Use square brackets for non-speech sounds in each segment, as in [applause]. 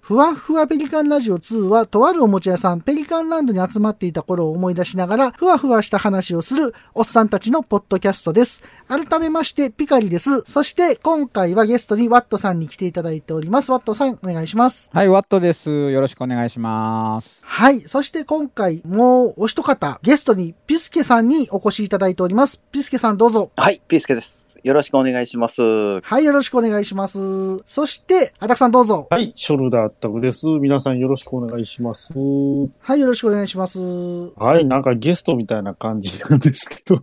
ふわふわペリカンラジオ2は、とあるおもちゃ屋さん、ペリカンランドに集まっていた頃を思い出しながら、ふわふわした話をするおっさんたちのポッドキャストです。改めまして、ピカリです。そして、今回はゲストにワットさんに来ていただいております。ワットさん、お願いします。はい、ワットです。よろしくお願いします。はい。そして今回、もうお一方、ゲストにピスケさんにお越しいただいております。ピスケさんどうぞ。はい、ピースケです。よろしくお願いします。ははい、よろしくお願いします。そして、アタクさんどうぞ。はい、ショルダータグです。皆さんよろしくお願いします。はい、よろしくお願いします。はい、なんかゲストみたいな感じなんです [laughs] けど、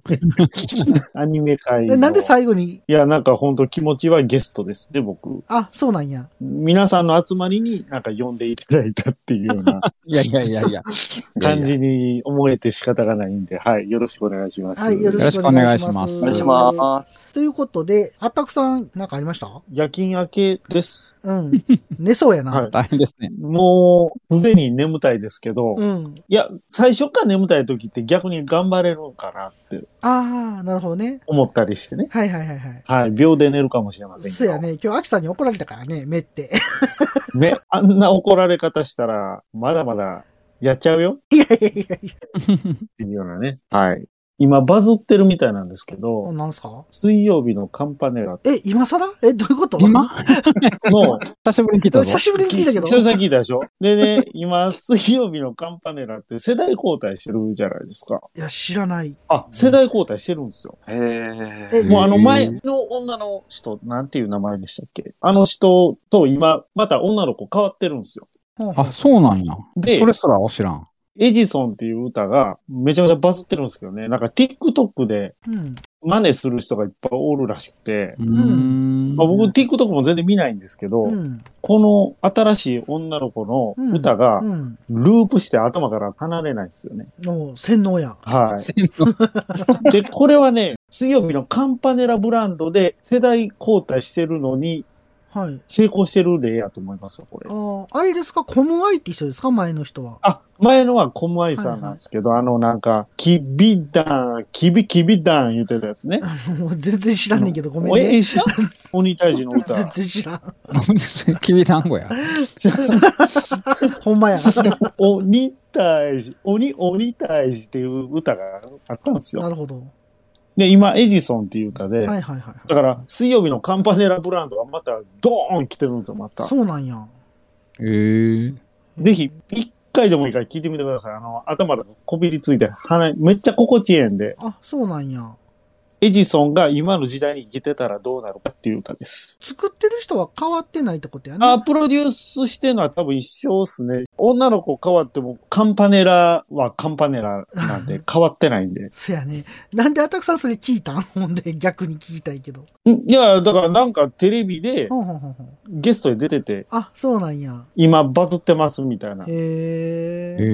アニメ界での。なんで最後に、いや、なんかほんと気持ちはゲストですね、僕。あ、そうなんや。皆さんの集まりになんか呼んでいただいたっていうよう [laughs] ないやいやいやいや。感じに思えて仕方がないんで、はい、よろしくお願いします。はい、よろしくお願いします。よお願ろいしす。ます。ということで、アタクさん、なんかありました夜勤明けです。うん。寝そうやな。はい大変です [laughs] ね。もう、すでに眠たいですけど、いうん。や、最初から眠たい時って逆に頑張れるのかなってあー、なるほどね。思ったりしてね。はいはいはいはい。はい、秒で寝るかもしれませんけど。そうやね。今日、アキさんに怒られたからね、目って。ね、あんな怒られ方したら、まだまだやっちゃうよっいやいやいやいていうようなね。はい。今バズってるみたいなんですけや。ど、なんすか水曜日のカンパネラえ、今更え、どういうこと今の、久しぶりに聞いたぞ久。しぶりに聞いたけど。久々に聞いたでしょでね、今、水曜日のカンパネラって世代交代してるじゃないですか。いや、知らない。あ、世代交代してるんですよ。へえ。え、もうあのへー前の女の人、なんていう名前でしたっけあの人と今、また女の子変わってるんですよ。ほんほんあ、そうなんや。でそれすら知らん。エジソンっていう歌がめちゃめちゃバズってるんですけどね、なんか TikTok でうん。真似する人がいっぱいおるらしくて、うーんまあ、僕 TikTok も全然見ないんですけど、うん。この新しい女の子の歌がうん。ループして頭から離れないんですよね。もう、洗脳や。はせんのい。で、これはね、水曜日のカンパネラブランドで世代交代してるのにはい。成功してる例やと思いますよ、これあ。ーあれですかコムアイって人ですか前の人は。 [laughs] あ、前のはコムアイさんなんですけど、あのなんか、キビダン、キビキビダン言ってたやつね。あの全然知らんねんけど、ごめんえね。え、知らん鬼退治の歌。 [laughs] 全然知らん。きびだんごや。ほんまや。鬼退治、鬼、鬼退治っていう歌があったんですよな。るほど。で、今、エジソンっていう歌で、はいはいはいはだから、水曜日のカンパネラブランドがまた、ドーン来てるんですよ、まい。た。そうなんや。えー。ぜひ、一回でもいいから聞いてみてください。あの、頭がこびりついて、鼻、めっちゃ心地ええんで、あ、そうなんや。エジソンが今の時代に生きてたらどうなるかっていう歌です。作ってる人は変わってないってことやね。あ、プロデュースしてるのは多分一緒っすね。女の子変わっても、カンパネラはカンパネラなんで、変わってないんで。そやね。なんでアタクさんそれ聞いたん [laughs] ほんで、逆に聞きたいけど。んいや、だからなんかテレビでほんほんほんほん。ゲストで出てて、あ、そうなんや。今バズってますみたいな。へええ。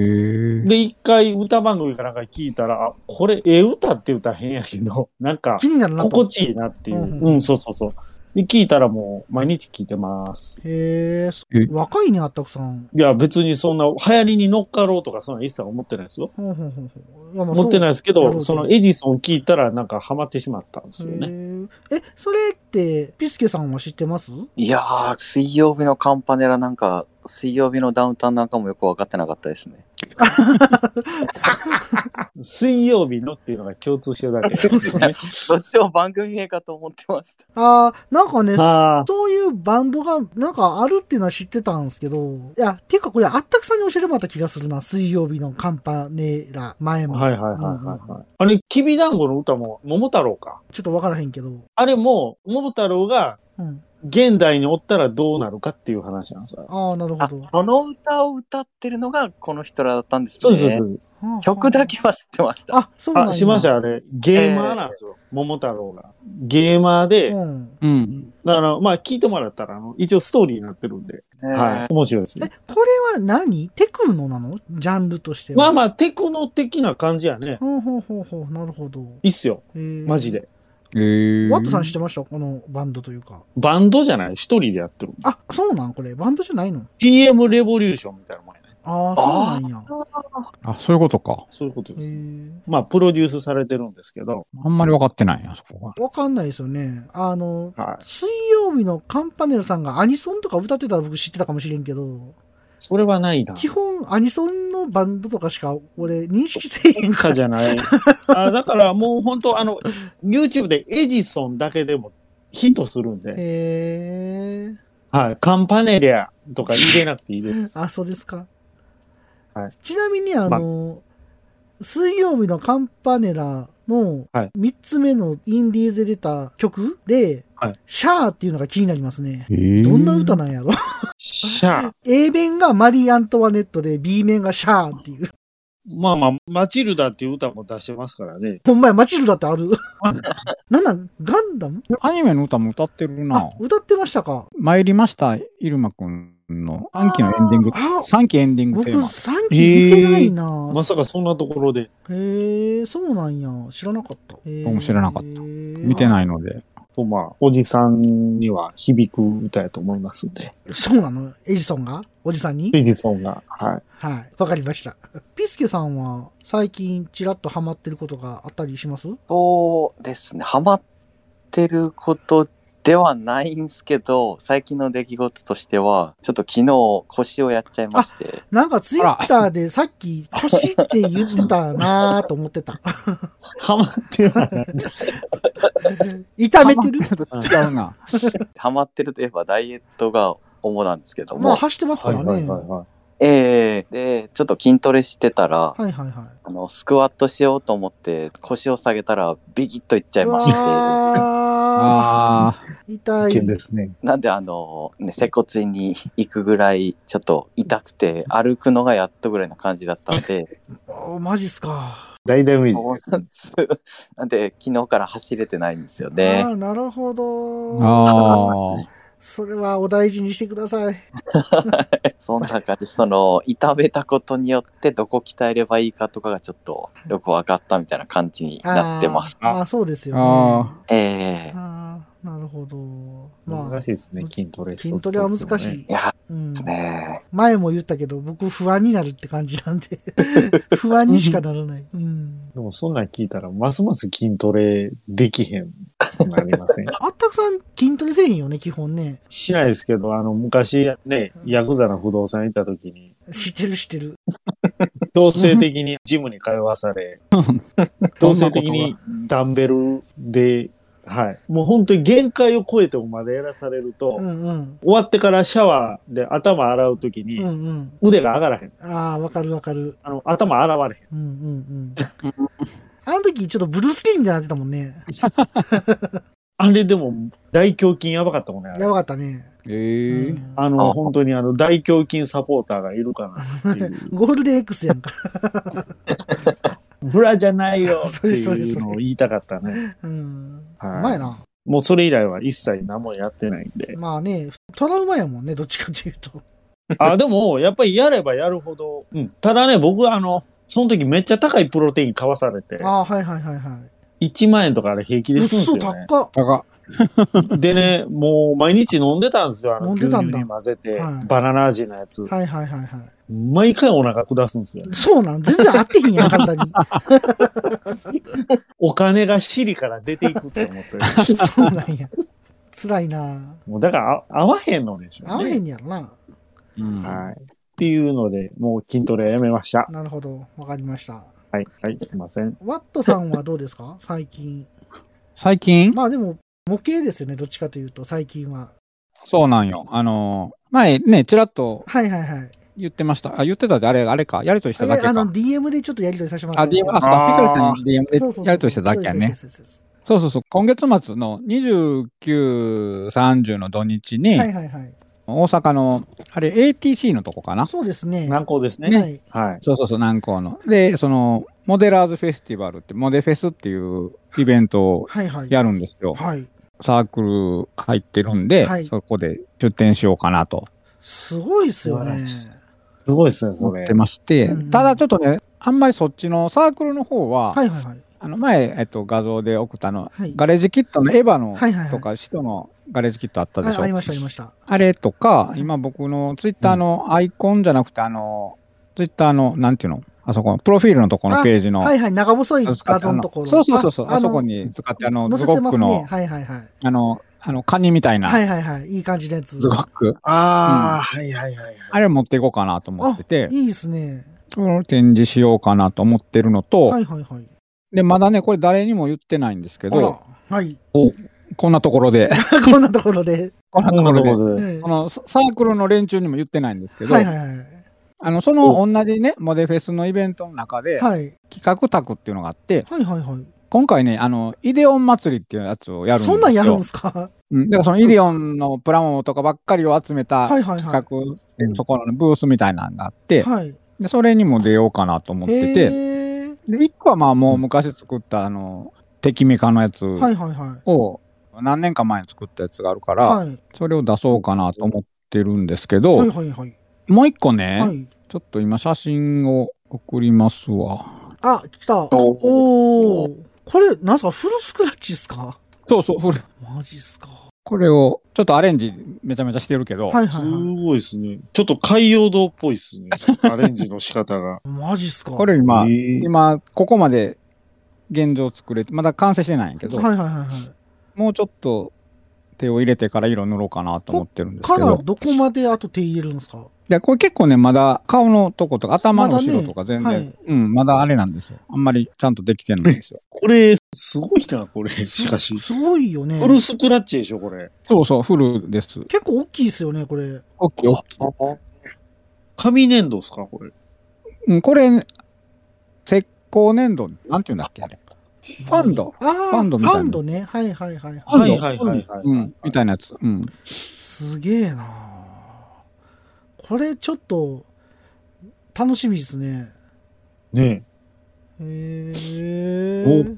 ー。で、一回歌番組かなんか聞いたら、あ、これ、ええ歌って歌変やけど、 [laughs] なんか、気になるなと。心地いいなっていう。うんうん、そうそうそう。で、聞いたらもう、毎日聞いてます。へえそえ。若いね、アタクさん。いや、別にそんな、流行りに乗っかろうとか、そんな一切思ってないですよ。ほんほんほんほん。いやまあ思ってないですけなるほど、どそのエジソン聞いたら、なんかハマってしまったんですよへね。ええ、それって、ピスケさんは知ってますいやー、水曜日のカンパネラなんか、水曜日のダウンタウンなんかもよく分かってなかったですね。水曜日のっていうのが共通してるだけです、[laughs] ね。そうそうどっちも番組名かと思ってました。ああ、なんかね、 [laughs] あそういうバンドがなんかあるっていうのは知ってたんですけど、いや、ていうかこれあったくさんに教えてもらった気がするな、水曜日のカンパネラ前あ、も。はいはいはいはい、はい。あれ、きびだんごの歌も、桃太郎か。ちょっとわからへんけど。あれも、桃太郎がうん。現代におったらどうなるかっていう話なんですよ。ああ、なるほあど。は、その歌を歌ってるのがこの人らだったんですね。そうです、そうです。あはあ曲だ。けは知ってました。あ、そうなんあ、だしました、あれ。ゲーマーなんですよ。桃太郎が。ゲーマーで、うん。うん。だから、まあ、聞いてもらったら、あの、一応ストーリーになってるんで、ねはい。面白いですえね。、これは何テクノなのジャンルとしては。まあまあ、テクノ的な感じやね。ほうほうほうほう、なるほど。いいっすよ。えーマジ。で。えー。ワットさん知ってましたこのバンドというか。バンドじゃない一人でやってる。あ、そうなんこれ。バンドじゃないの TM レボリューションみたいなもんやね。ああ、そうなんや。あ、そういうことか。そういうことへです。ーまあ、プロデュースされてるんですけど、あんまり分かってないな、そこが。わかんないですよね。あの、はい。水曜日のカンパネラさんがアニソンとか歌ってたら僕知ってたかもしれんけど、それはないな。基本アニソンのバンドとかしか俺認識せえへんかかじ [laughs] ゃない。あだからもう本当あの、YouTube でエジソンだけでもヒットするん [laughs] ら。へで、え。はい。カンパネリアとか入れなくていいです。あ、そうですか。はいちなみにあの、水曜日のカンパネラのはい3つ目のインディーズで出た曲で、はいシャーっていうのが気になりますね。どどんな歌なんやろシャア。 ?A 面がマリー・アントワネットで B 面がシャーっていう。まあまあ、マチルダっていう歌も出してますからね。ほんまや、マチルダってある。 [laughs] なんなんガンダムアニメの歌も歌ってるあな、。歌ってましたか。参りました、イルマくんの3期のエンディング、あ、 3期エンディング僕テーマ。 3期見てないなまさかそんなところで、へえ、そうなんや。知らなかった。僕も知らなかった見見てないので。まあ、おじさんには響く歌やと思いますんで。そうなのエジソンがおじさんにエジソンが。はい。はい。わかりました。ピスケさんは最近チラッとハマってることがあったりしますそうですね。ハマってることではないんですけど、最近の出来事としては、ちょっと昨日腰をやっちゃいまして、なんかツイッターでさっき腰って言ってたなぁと思って [laughs] た。ハマってはないです。痛めてる違 [laughs] うな。ハマってるといえばダイエットが主なんですけども、まあ走ってますからね。はいははええで、ちょっと筋トレしてたら、いはい。あの、スクワットしようと思って腰を下げたらビキッといっちゃいうまして、わああ、ー痛い。危険いで。すね。なんであの、ね、接骨院に行くぐらいちょっと痛くて歩くのがやっとぐらいな感じだったんで、おマジっすか。大ダメージそうですなねん。ですなんで昨日から走れてないんですよあね。あ、なるほど。ああ。それはお大事にしてください。そんな感じ、その、痛めたことによってどこ鍛えればいいかとかがちょっとよく分かったみたいな感じになってます。あーまあ、そうですよね。あええあーなるほど。ま難あ、しいですね、筋トレ。筋トレは難しいい。やうん、ね前も言ったけど、僕不安になるって感じなんで、不安にしかならない。うん。でもそんなん聞いたら、ますます筋トレできへんくなり [laughs] ません。あったくさん筋トレせえへんよね、基本ね。しないですけど、あの、昔ね、ヤクザの不動産行った時に、知ってる知ってる。強制的にジムに通わさ [laughs] れ、強制的にダンベルで、はい。もう本当に限界を超えてもまでやらされると、うんうん。終わってからシャワーで頭洗う時うんに、うん。腕が上がらへん。ああ、わかるわかる。あの、頭洗われへん。うんうんうん。あの時ちょっとブルース・リーみたいになってたもんね。あれでも、大胸筋やばかったもんね。あれやばかったね。うええんあの、本当にあの、大胸筋サポーターがいるかなっ [laughs] ていう。ゴールデン X やんか。ブラじゃないよっ [laughs] てそうですいそううでのをす言いたかったね。うん。うはいまいな。もうそれ以来は一切何もやってないんで。まあね、トラウマやもんね、どっちかというと。 [laughs] あ、でも、やっぱりやればやるほど。うん。ただね、僕はあの、その時めっちゃ高いプロテイン買わされて、ああ、はいはいはいは1万円とかあれ平気い。でうっするんでそ、すよね。高っ。高っでね、もう毎日飲んでたんですよ。あの、飲ん牛でた乳んだに混ぜて、はいバナナ味のやつ。はいはいはいは毎回お腹下すんですよ。い。そうなん全然合ってへんやん、簡単 [laughs] に。お金が尻から出ていくって [laughs] 思ってる。そうなんや。辛いなもうだからあ、合わへんのでしょ合うわね。へんやろな。うんはい。っていうので、もう筋トレやめました。なるほど。わかりました。はい。はい、すいません。ワットさんはどうですか最近。最近まあでも、模型ですよね。どっちかというと、最近は。そうなんよ。あのー、前ね、ちらっとはいはいはい。言ってました。あ、言ってたで、あれ、あれか。やりとりしあただけあか。の、DM でちょっとやりとりさせてもらあ、ったんです DM、よあ、そうか、ピカルさんにそう DM そうそうでやりとりしただけやね。そうですそうですそうでそうそうそう。今月末の29、30の土日に、すはいはいはい。大阪の、あれ、ATC のとこかな。そうですね。難航ですね。はい。はい。そうそうそう、南港の。で、その、モデラーズフェスティバルって、モデフェスっていうイベントをはいはい。やるんですよ。はい。サークル入ってるんで、はいそこで出店しようかなとすごいっすよね。素晴すごいですね、そ思れって。まして、うんただちょっとね、あんまりそっちのサークルの方は、はいはいはい。あの前、えっと、画像で送ったの、はいガレージキットのエヴァはの、いはいはい。とか、使徒のガレージキットあったでしょあありましたありました。あれとか、今僕のツイッターのアイコンじゃなくて、あの、ツイッターの、なんていうのあそこ、プロフィールのとこのページの。はいはい、長細い使って画像のところ。そうそうそうそう、あああのそこに使って、あの、載ズせゴてッまクすね。の、はいはいはい。あの、あの、カニみたいはな、いはいはい。いい感じのやつズ。ゴック。ああ、はいはいはいはい。あれ持っていこうかなと思ってて、いいですね。それを展示しようかなと思ってるのと、はいはいはい。で、まだね、これ誰にも言ってないんですけど、あらはい。 [laughs] こんなところで、こんなところで。こんなとこん [laughs] こなろとこで、ろうで。んそのササークルの連中にも言ってないんですけど、はいはいはい。あの、その同じね、モデフェスのイベントの中で、はい。企画卓っていうのがあって、はいはいはい。今回ね、あの、イデオン祭りっていうやつをやるんですよ。そんなんやるんですかうんだからそのイデオンのプラモとかばっかりを集めたはい企はいはい画、そこのブースみたいなのがあって、はい。で、それにも出ようかなと思ってへて、ーで、一個はまあもう昔作った、あの、テキメカのやつはいはいはい。を、何年か前に作ったやつがあるから、はい。それを出そうかなと思ってるんですけど、はいはいはい。もう一個ね、はい。ちょっと今写真を送りますわ。あ、来た。おおお。これ、なんすかフルスクラッチっすかそうそう、これマジっすかはこれを、ちょっとアレンジめちゃめちゃしてるけど、いはいすはごいですね。ちょっと海洋堂っぽいですね。アレンジの仕方が。い。マジっすかこれ今、えー今、ここまで現状作れて、まだ完成してないんやけど、はいはいはいはい。もうちょっと手を入れてから色塗ろうかなと思ってるんですかけらど、どこまであと手入れるんですかでこれ結構ね、まだ顔のとことか頭のま後だろねとか全然、はいうん、まだあれなんですよ。あんまりちゃんとできてないんですよ。これ、すごいな、これ。しかし。すごいよねフ。ルスクラッチでしょ、これ。そうそう、フルです。結構大きいですよね、これ。オッケーオッケーー紙粘土ですか、これ。うん、これ、石膏粘土、なんていうんだっけ、あれ。ファンド。ああ、ファンドみたいなファンドね。はいはいはい。ファンドはいはいはいはいうん、みたいなやつ。うん。すげえなこれちょっと、楽しみですね。ねへえ。え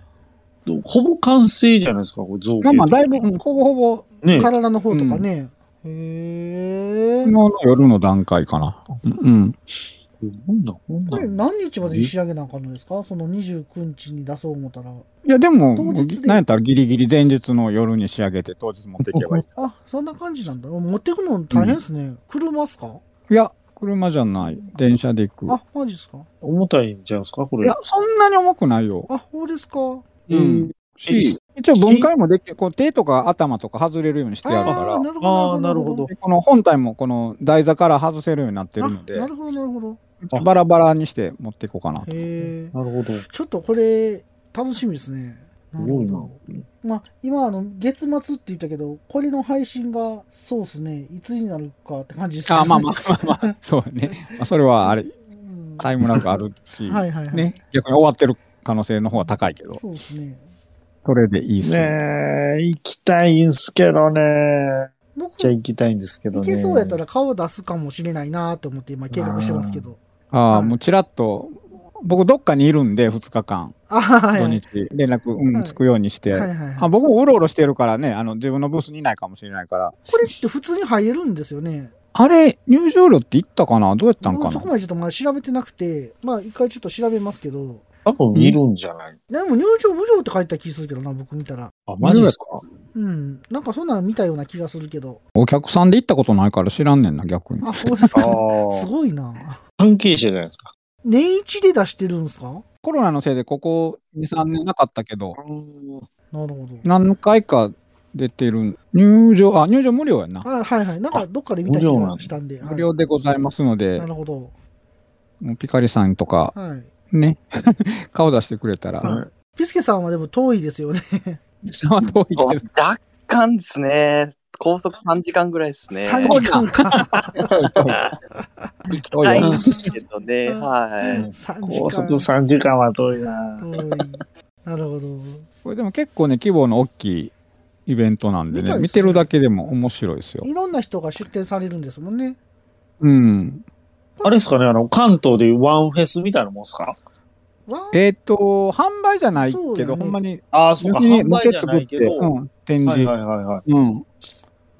ほぼ完成じゃないですか、これ、造形。まあまあ、だいぶ、うんほぼほぼ、ねえ体の方とかね。へえ昨日。の夜の段階かな。うん。こんなんこんこなれん何日までに仕上げなあかんのですかその29日に出そう思ったら。いや、でも、当日でなんやったらギリギリ前日の夜に仕上げて、当日持っていけばいい。あ、そんな感じなんだ。持ってくの大変ですね。車っすかいや、車じゃない。電車で行く。あ、マジっすか重たいんちゃうんですか、こいれや。、そんなに重くないよ。あ、そうですか。うん。し、一応分解もできる。こう手とか頭とか外れるようにしてあるああー、かなるほあど。ーなるほどら。でこの本体もこの台座から外せるようになってるのあでな、るほど、なるほど。バラバラにして持っていこうかなと。へえ。なるほど。すちょっとこれ、楽しみですね。なるごほいどな。まあ、今、あの、月末って言ったけど、これの配信が、そうですね、いつになるかって感じですねあまあまあまあまあ、そうね。まあ、それはあれ、うんタイムラグあるし、はいはいはい。ね、逆に終わってる可能性の方が高いけど、そうですね。それでいいっすね。ねえ、行きたいんすけどね。僕、じゃあ行きたいんですけどいね。けそうやったら顔出すかもしれないなと思って今計画してますけど。あはあ、いもうちらっと、僕どっかにいるんで、2日間、あはい土はい。日、連絡、うんはいつくようにして、はいはいはいあ僕もうろうろしてるからね、あの、自分のブースにいないかもしれないから、これって普通に入れるんですよね。あれ、入場料って行ったかなどうやったん僕かもそなこまでちょっとまだ調べてなくて、まあ一回ちょっと調べますけど、多分見るんじゃないでも入場無料って書いてた気するけどな、僕見たら。あ、マジですかうん。なんかそんなん見たような気がするけど。お客さんで行ったことないから知らんねんな、逆に。あ、そうですか。あすあ。ごいな。関係者じゃないですか。年一で出してるんですかコロナのせいでここ2、3年なかったけど、なるほど。何回か出てるん入場、あ、入場無料やな。あはいはい。なんかどっかで見た気無料なんがだしたんで。はい無料でございますのでな、るほど。もうピカリさんとかはい。ね、 [laughs] 顔出してくれたら、はいピスケさんはでも遠いですよね。 [laughs] 下は遠いけど、若干ですね。高速3時間ぐらいですね。 3時間か。行きたいんですけどね。はい。 3時間。高速3時間は遠いな。遠い。なるほど。これでも結構ね、規模の大きいイベントなんでみたね、いですね見てるだけでも面白いですよ。いろんな人が出店されるんですもんね。うん。あれですかね、あの、関東でいうワンフェスみたいなもんですかわーえっ、と、販売じゃないそうけだど、ねほんまに、ああ、そうか、別に販売じゃないけど。うん、展はい示、はいはいはい。うん。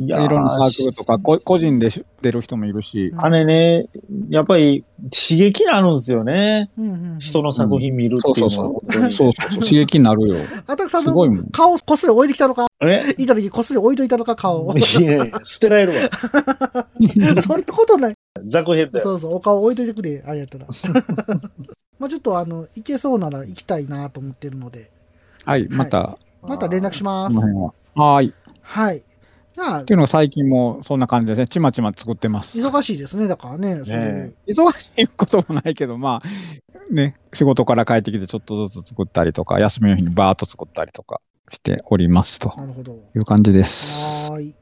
いいやろんなサークルとか、こ個人でし出る人もいるし、あれね、やっぱり刺激になるんですよね。うんうんうん人の作品見るっていうのうはん本当に。そうそうそう、刺激にな [laughs] るよ。あたくさんすごいものん顔をこっそり置いてきたのか、え [laughs] いた時こっそり置いといたのか、顔 [laughs] を。いやいや捨てられるわ。そんなことない。雑魚編だよ。そうそう、お顔置いといてくれ、あれやったら。 [laughs] まあちょっとあの、行けそうなら行きたいなと思ってるので、はい、また、また連絡しまこすの。辺は。はーい。っはい。じゃあて、いうのが最近もそんな感じですね。ちまちま作ってます。忙しいですね、だからね。それね忙しいこともないけど、まあ、ね、仕事から帰ってきてちょっとずつ作ったりとか、休みの日にバーッと作ったりとかしておりますとなるほど。いう感じです。はーい。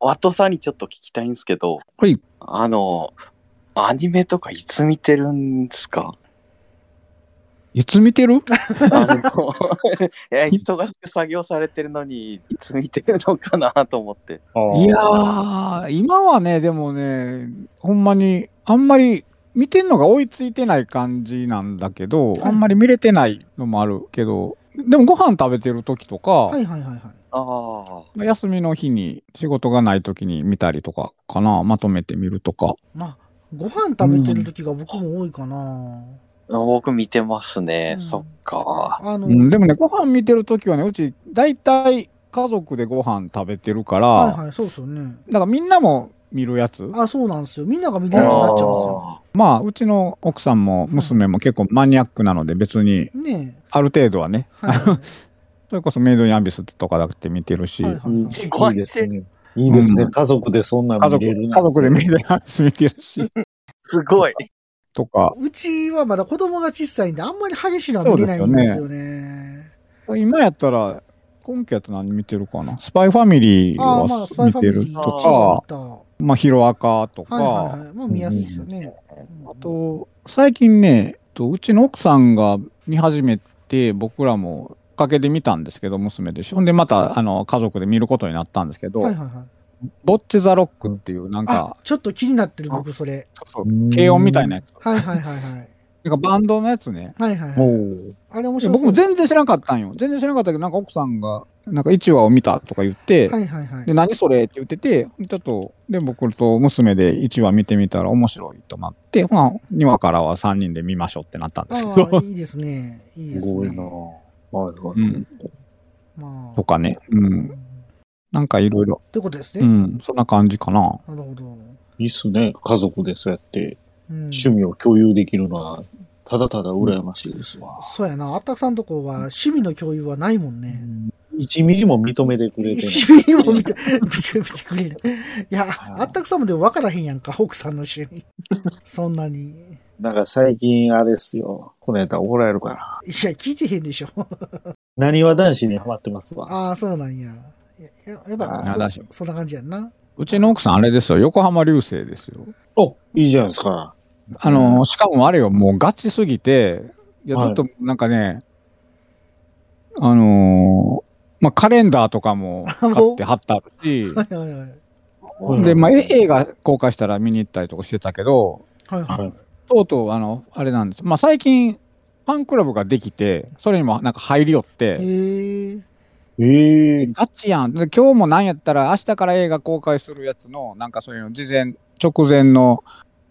ワトさんにちょっと聞きたいんですけど、はい。あの、アニメとかいつ見てるんで [laughs] すかいつ見てるあの、 [laughs] いや、忙しく作業されてるのに、いつ見てるのかなと思って。いやー、今はね、でもね、ほんまに、あんまり見てんのが追いついてない感じなんだけど、いあんまり見れてないのもあるけど、でもご飯食べてる時とか、はいはいはいはい。ああ。休みの日に仕事がない時に見たりとかかな、まとめて見るとか。まあ、ご飯食べてる時が僕も多いかな。僕見てますね。うんそっか。あの、うん、でもね、ご飯見てる時はね、うち大体家族でご飯食べてるから、はいはい、そうですよね。だからみんなも見るやつ。あ、そうなんですよ。みんなが見るやつになっちゃうまあ、うちの奥さんも娘も結構マニアックなので、別にんですよ。ねえ。ある程度はね、はいはいはいそれこそメイドインアビスとかだって見てるし、はいはいうんはいいいですね。いいですね。家族でそんな家の見族れるなんて家族でメイドインアビス見てる [laughs] し、すごい。とか、うちはまだ子供が小さいんで、あんまり激しいのは見れないんですよね。今やったら、今期やったら何見てるかな。スパイファミリーああ、はまあ、スパイ見ファてミるリーととか、まあ、ヒロアカとか、はいはいはい。もう見やすいですよね。うんあと、最近ね、とうちの奥さんが見始めて、僕らも追っかけで見たんですけど、娘でしょ。ほんで、また、あの、家族で見ることになったんですけど、はいはいはい。ボッチ・ザ・ロックっていう、なんあか、、ちょっと気になってる、僕、それ。そうそう軽音みたいなやつ。はいはいはいはい。なんかバンドのやつね。はいはい、はい。も、あれ面白そう。僕も全然知らなかったんよ。全然知らなかったけど、なんか奥さんが、なんか1話を見たとか言って、はいはいはいで、。何それって言ってて、ちょっと、で、僕と娘で1話見てみたら面白いとなって、まあ、2話からは3人で見ましょうってなったんですけああ、ど、いいですね。いいうですすごいねな。。はいはういん、まあ。とかね、う、うんなんかいろいろ、ということですうね。ん、そんな感じかな。なるほど。いいっすね。家族でそうやってうん、趣味を共有できるのは、ただただ羨ましいですわ。そうやな。あったくさんとこは趣味の共有はないもんね。 1ミリも認めてくれてない。趣味も見て、見て見てくれない。いや、あったくさんもでも分からへんやんか、奥さんの趣味。そんなに。なんか最近あれですよ。この間怒られるかな。いや、聞いてへんでしょ。なにわ男子にハマってますわ。ああ、そうなんや。いや、ややっぱあーそ、そんな感じやんな。うちの奥さん、あれですよ、横浜流星ですよ。お、いいじゃないですか。あの、しかもあれよ、もうガチすぎて、いや、はちいょっと、なんかね、あのーまあ、カレンダーとかも買って貼ってある [laughs] し、はいはいはい。うんで、まあ、え映画公開したら見に行ったりとかしてたけど、はいはい。とうとう、あの、あれなんです。まあ、最近、ファンクラブができて、それにもなんか入りよって、へえ。ええガチやん。で今日もなんやったら、明日から映画公開するやつの、なんかそういうの事前、直前の、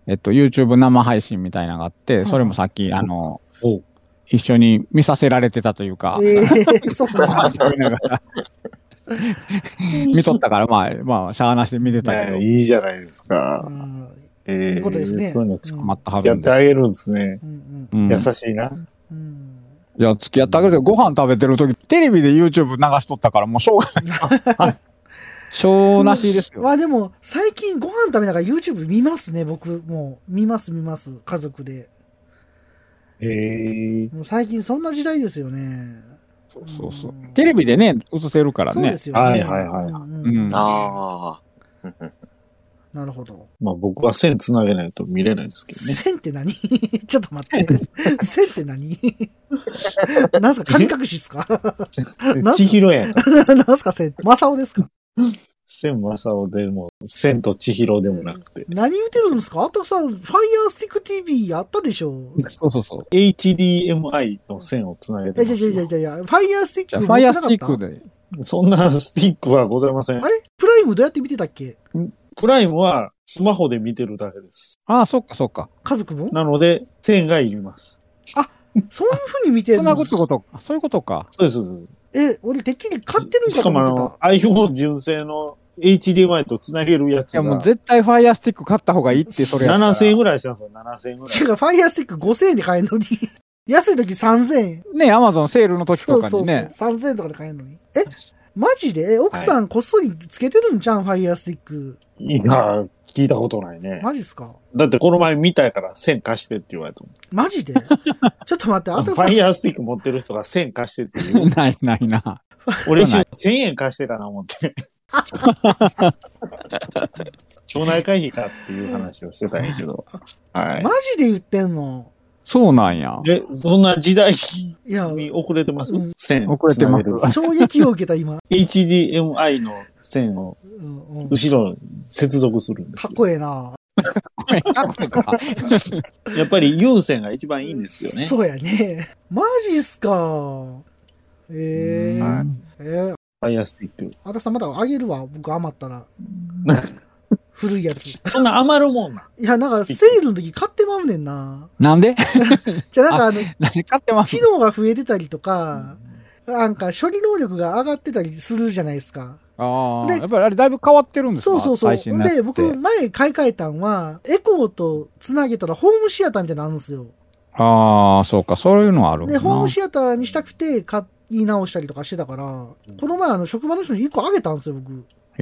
えっと、YouTube 生配信みたいなのがあって、それもさっき、あのおう、一緒に見させられてたというか、ええ、 [laughs] そうなんや。 [laughs] 見とったから、まあ、まあ、しゃあなしで見てたけど、いいじゃないですかう。んえいえいことですねそういうのつうんまたはやるっんてであす。げるんですね。うんうん優しいな。うんうん。いや、付き合ってあげるけど、ご飯食べてるとき、テレビで YouTube 流しとったから、もうしょうが [laughs] ない。しょうなしですよ。まあでも、最近ご飯食べながら YouTube 見ますね、僕。もう、見ます見ます、家族で。ええもう最近そんな時代ですよね。そうそうそううん。テレビでね、映せるからそうでね。すよね。はいはいはいうんうんうんああ。なるほど。まあ僕は線つなげないと見れないですけど [laughs] ね。線って何 [laughs] ちょっと待 [laughs] って。線って何 [laughs] 何すか神隠しっすか [laughs] なんす千か尋やん [laughs] か。何すか線マサオですか千正雄でも、千と千尋でもなくて。何言ってるんですかあとさん、ファイヤースティック TV あったでしょそうそうそう。 HDMI の線をつなげいやていやいますやよい。やいや、ファイヤースティッじゃあ、クフ持っァイてヤなかースっティたックで。そんなスティックはございませんあ。れプライムどうやって見てたっけプライムはスマホで見てるだけです。ああ、そっかそっか。家族もなので、1000円がいります。そういうふうに見てるつのなぐってことあそういうことか。そうですそうでえ、俺てっきり買ってるんす。しかかともあ思っの、iPhone 純正の HDMI とつなげるやいつやもうが絶対ファイヤースティック買った方がいいって、それやったら。 7000円ぐらいしたんですよ、7000円ぐらてた。違う、ファイヤースティック5000円で買えるのに。 [laughs] 安い時3000円。ね、アマゾンセールの時とそかうそうにそう。ね。 3000円とかで買えるのに。えマジでえ奥さんこっそりつけてるんじゃん、ファイヤースティック。い。いや、聞いたことないね。マジっすかだってこの前見たいから1000貸してって言われたもん。マジで [laughs] ちょっと待って、あんフたさァイ、ヤースティック持ってる人が1000貸してって [laughs] 言うないないな。俺一瞬1000円貸してたな思 [laughs] って。町内会費かっていう話をしてたんやけど。はい。マジで言ってんのそうなんや。え、そんな時代いや、に遅れてます、うん線遅れてますつなげる衝撃を受けた、今。 HDMI の線をうん [laughs] うん後ろに接続するんでかっすよ。こええな。これなこれか。 [laughs] やっぱり有線が一番いいんですよね。そうやね。マジっすか。ええはいえー、ファイアスティック。あたさんまだあげるわ。僕余った [laughs] ら。古いやつ。いそんな余るもんなん。や、なんかセールの時買ってまうねんな。なんで [laughs] じゃあなんかあの、何買ってます機能が増えてたりとか、なんか処理能力が上がってたりするじゃないですか。ああ。でやっぱりあれだいぶ変わってるんですそかうそうそう。最新のやで、つって僕、前買い替えたんは、エコーとつなげたらホームシアターみたいになのあるんですよ。ああ、そうか。そういうのはあるもんで、な。ホームシアターにしたくて買い直したりとかしてたから、この前、あの、職場の人に1個あげたんですよ、僕。へ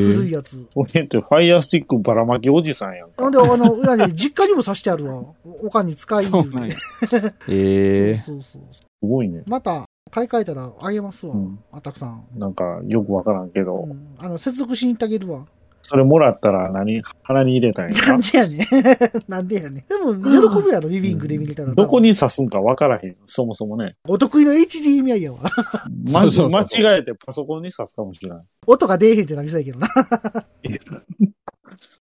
古えい。やつ。俺ってファイアスティックばらまきおじさんやんかほんで、あの、いやね、実家にもさしてあるわ。おおかんに使いそ言ううなんやて。。へえ。そうそうそう。すごいね。また、買い替えたらあげますわうん、あたくさん。なんかよくわからんけど、うんあの、接続しに行ってあげるわ。それもらったら何鼻に入れたんやなんでやねん。 [laughs] なんでやねん。でも、喜ぶやろ、リビングで見れたら。どこに刺すんかわからへん。そもそ [laughs] もね。お得意の HDMI やわ。 [laughs] そうま、そうそう間違えてパソコンに刺すかもしれない。音が出えへんってなりそうや [laughs] けどな。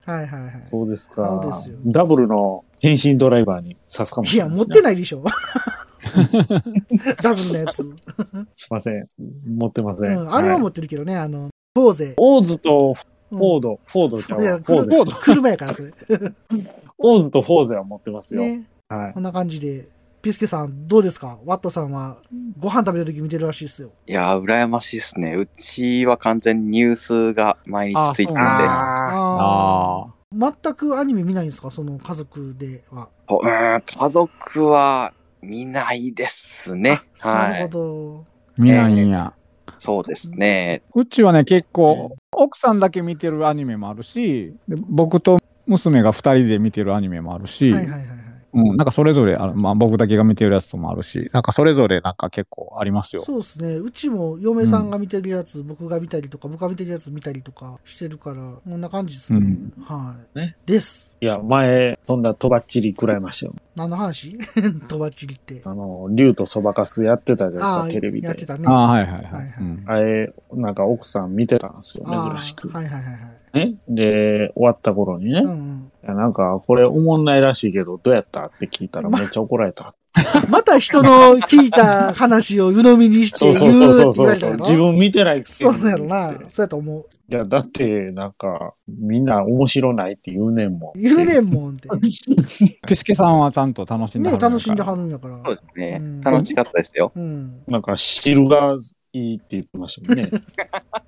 はいはいはそうですか。そうですよダブルの変身ドライバーに刺すかもい。いしれや、ない。持ってないで [laughs] しょ。ダブルのやつ。すいません。持ってませ。うんん、あれははい持ってるけどね、あの、坊勢。オーズとフうんォード、フォードちゃんいやは、フォーゼ。そうだ。車や [laughs] から、それ。オーズとフォーゼは持ってますよ。ね。はい。こんな感じで。ピスケさん、どうですかワットさんは、ご飯食べてる時見てるらしいですよ。いやー、羨ましいですね。うちは完全にニュースが毎日ついてるんで、ああああ。全くアニメ見ないんですかその家族では。ほうーん家族は見ないですね。はなるい。ほ見ないんや。そうですね。うちはね、結構、奥さんだけ見てるアニメもあるし、で僕と娘が二人で見てるアニメもあるし、ど。はいはいはいはい。うん、なんかそれぞれある、まあ僕だけが見てるやつともあるし、なんかそれぞれなんか結構ありますよ。そうですね。うちも嫁さんが見てるやつ、僕が見たりとか、僕が見てるやつ見たりとかしてるから、こんな感じですね。うんはい。ねです。いや、前、そんなとばっちり食らいましたよ。何の話 [laughs] とばっちりって。あの、竜とそばかすやってたじゃあないですか、テレビやってで。たね。ああ、はいはいははいい。はういんあれ、なんか奥さん見てたんですよ、ああ珍しく。はいはいはいはい。ね、で、終わった頃にね、うんいうんやなんか、これおもんないらしいけど、どうやったって聞いたらめっちゃ怒られた。また人の聞いた話を鵜呑みにしてそう言 [laughs] そううそってうそう言そわうれたやろ自分見てないくせそにうやろな。そうやと思う。いや、だって、なんか、みんな面白ないって言うねんもん。言うねんもんって。ピスケさんはちゃんと楽しんでねはるやんか楽しんではるんやからそう。ですねうん。楽しかったですよ。うん。なんか、汁がいいって言ってましたもんね。 [laughs]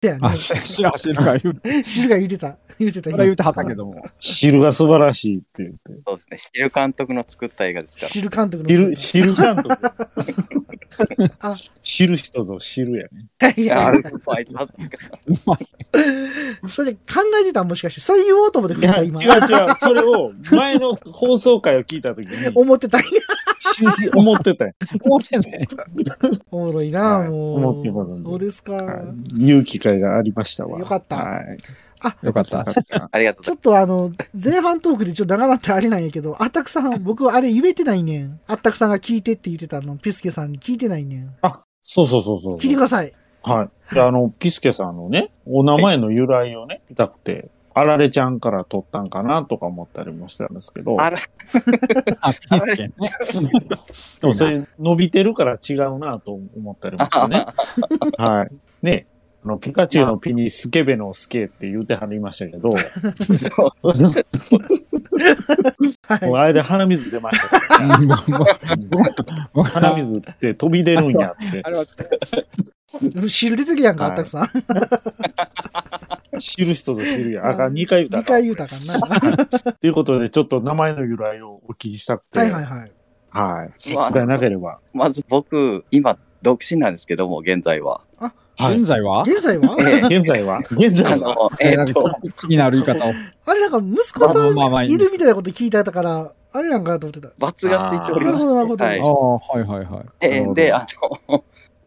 てやね [laughs] あ、。知ら知らが言う。 [laughs] 汁が言うてた。言うてた。それ言うてはったけども。汁が素晴らしいって言って。そうですね。シル監督の作った映画ですから。汁監督の作 [laughs] 汁、っ汁監督あ。知る人ぞ知るやね。た。いいやや、あれ、あいつはうまい。それ考えてたんもしかして、それ言おうと思ってい振っや、た違う今。違う。それを、前の放送回を聞いたときに、思ってたんや。しし思っ [laughs] てたよ。 [laughs] 思ってね。おもろいな、はいもう。思ってますんでそうですか。はい言う機会がありましたわ。よかったはい。よかった。ありがとうごちざょいっとあの、前半トークでちょっと長なってあれなんやけど、あったくさん、僕あれ言えてないねん。あったくさんが聞いてって言ってたの、ピスケさんに聞いてないねん。 [laughs] そうそうそうそう。聞いてください。はい。であの、ピスケさんのね、お名前の由来をね、見たくて、あられちゃんから取ったんかなとか思ったりもしたんですけど、あら、あ、ピーチ券ね。でもそれ伸びてるから違うなと思ったりもし [laughs] てね。はい。ね。あの、ピカチュウのピにスケベのスケって言うてはりましたけど、もうはあれで鼻水出ましたけうん僕ど。鼻水って飛び出るんやってあ。れは、い。汁出てるやんか、はいたくさん。知る人ぞ知るやん。あかん、2回言うた2らあかん回言うたかな。ということで、ちょっと名前の由来をお聞きしたくて。はいはいはい。はい。伝えなければ。まず僕、今、独身なんですけども、現在は。はい現在は現在はええ現在は現あ [laughs] 在はの、えなっんとか、気になる言い方を。あれなんか息子さまあまあまあんいるみたいなこと聞いてたから、あれなんかなと思ってた。罰がついておりまあーなるほどして、はなるいあ。あ、はいはいはい。ええで、あの、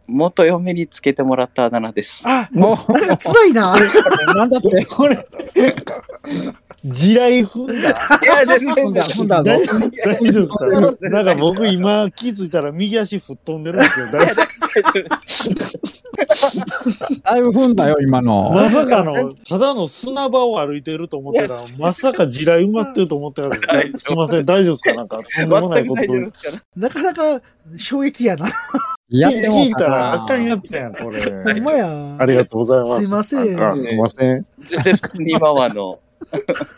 元嫁につけてもらったあだ名です。あ、もなんか辛いな。う、なんだって。これ、地雷踏んだ。いや、全然んだ踏んだぞ大丈夫大丈夫ですかなんか僕今気づいたら右足吹っ飛んでるんですけど、大丈だいぶ踏んだよ、今夫の。まさかの、ただの砂場を歩いてると思ってたら、まさか地雷埋まってると思ってたから、すいません、大丈夫ですかなんか、とんでもない全くこ大と丈夫ですから。なかなか衝撃やな。やっても聞ういかたらなあかんやつやん、これ。ほんまや。ありがとうございます。すいませんなんかすいません。全然普通に今はあ [laughs] の、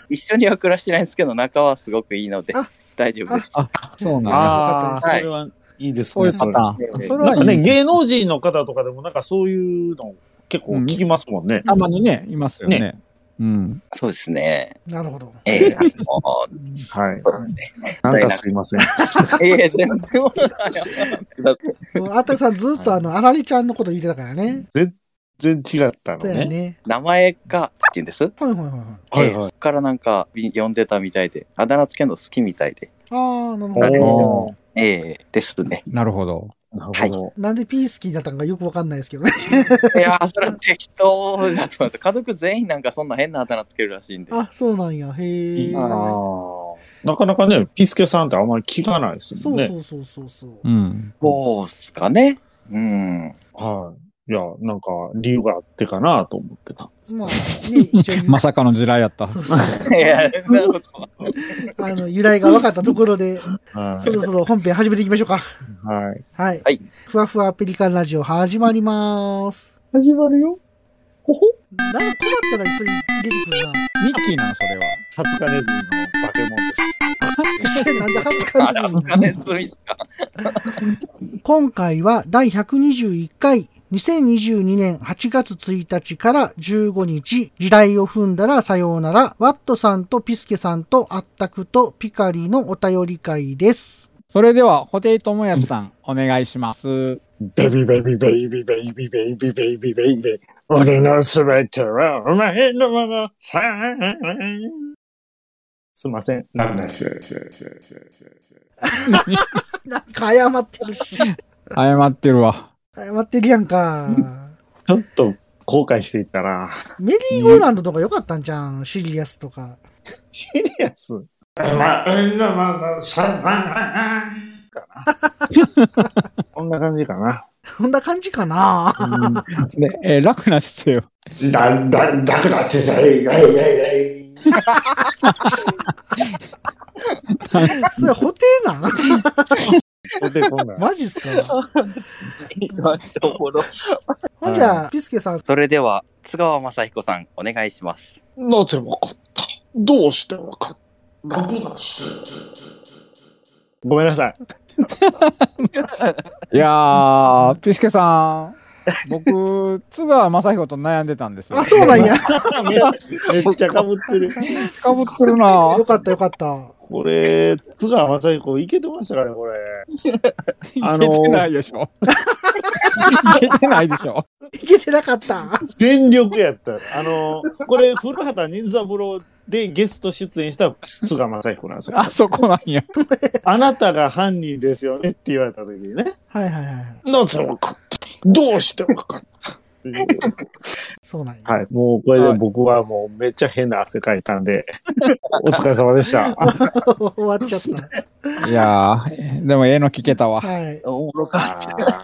一緒には暮らしてないんですけど、仲はすごくいいのであ、大丈夫です。そうなんだ。あーああ、そはいれはいいですそういね。うパそれターン。それなんかはね、いい。芸能人の方とかでもなんかそういうの結構聞きますもんね。たまにね、いますよね。うん。そうですね。なるほど。ええ、もう、はい。そうですね。なんかすいません。ええ、全然そうだよ。もうあたくさんずっとあの、あられちゃんのこと言ってたからね。全然違ったのそうやね。ね。名前がって言うんです。はいはいはいはい。はいええはそいっ。からなんか呼んでたみたいで、あだ名つけるの好きみたいで。ああ、なるほおど。おーーええです [laughs] ね。なるほど。なるほど。なんでピースキーになったのかよくわかんないですけどね。いやー、それは適当だと思って、家族全員なんかそんな変なあだ名つけるらしいんで。あ、そうなんや。へえ。ああーなかなかね、ピスケさんってあんまり聞かないですそもんうね。そうそうそうそう。うん。そうっすかね。うん。はい。いや、なんか理由があってかなと思ってたんですけまあど。、ね、一応言う、 [laughs] まさかの地雷やった。そうそうそいや、そんなことはう。あの、由来が分かったところで、はそろそろ本編始めていきましょうか。い。はい。はい。はいふわふわペリカンラジオ始まります。始まるよ。ほほ。なんか困ったらそれ入れてくるミッキーなの、それは。ハツカネズミの化け物です。な。なんで恥ずあかしら、いお金積みっすか。今回は第121回、2022年8月1日から15日、時代を踏んだらさようなら、ワットさんとピスケさんとアッタクとピカリのお便り会です。それでは、布袋寅泰さん、お願いします。ベビーベビーベイビーベイビーベイビーベイビーベイビー。俺のすべてはお前のもの。すいません。なんです。 [laughs] なんか謝ってるし。謝ってるわ。 [laughs] 謝ってるやんか。ちょっと後悔していたら、メリーゴーランドとか良かったんじゃん。シリアスとか。シリアス。お前のもの。さ [laughs] こんな感じかな。こんな感じかな。で、えー楽な姿勢を。だんだんだから時代がいやいや [laughs] いや。 [laughs] それ、補填 [laughs] なんで、こんな。マジっすか。おもろほんじゃあ、ピスケさん、それでは、津川雅彦さん、お願いします。なぜわかったどうしてわかった楽なごめん [laughs] なさい。いやー、ピスケさん。僕、津川雅彦と悩んでたんですよ。あ、そうなんや。めっちゃかぶってる。かぶってるなよかったよかった。これ、津川雅彦、いけてましたからね、これ。ああののいけてないでしょ。いけてないでしょ。いけてなかった。全力やった。あの、これ、古畑任三郎でゲスト出演した津川雅彦なんですよ。あそこなんや。あなたが犯人ですよねって言われた時にね。はいはいはい。なぜわかったどうしてわかったそうなんや。はい。もうこれはでい僕はもうめっちゃ変な汗かいたんで、お疲れ様でした。終わっちゃった。い [laughs] やー、でもええの聞けたわ。はい。おもろかっあー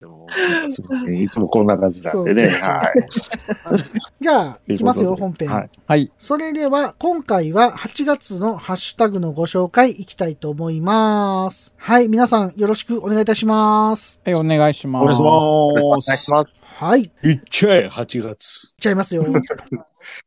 でもすいませんいつもこんな感じなんでね。そうそうはい。じゃあ、いきますよ、という本ことで編。はいはい。それでは、今回は8月のハッシュタグのご紹介いきたいと思います。はい、皆さんよろしくお願いいたします。はい、お願いします。お願いしお願まいす。します。はい、いっいっちゃえ、8月。ちゃいます [laughs] よ。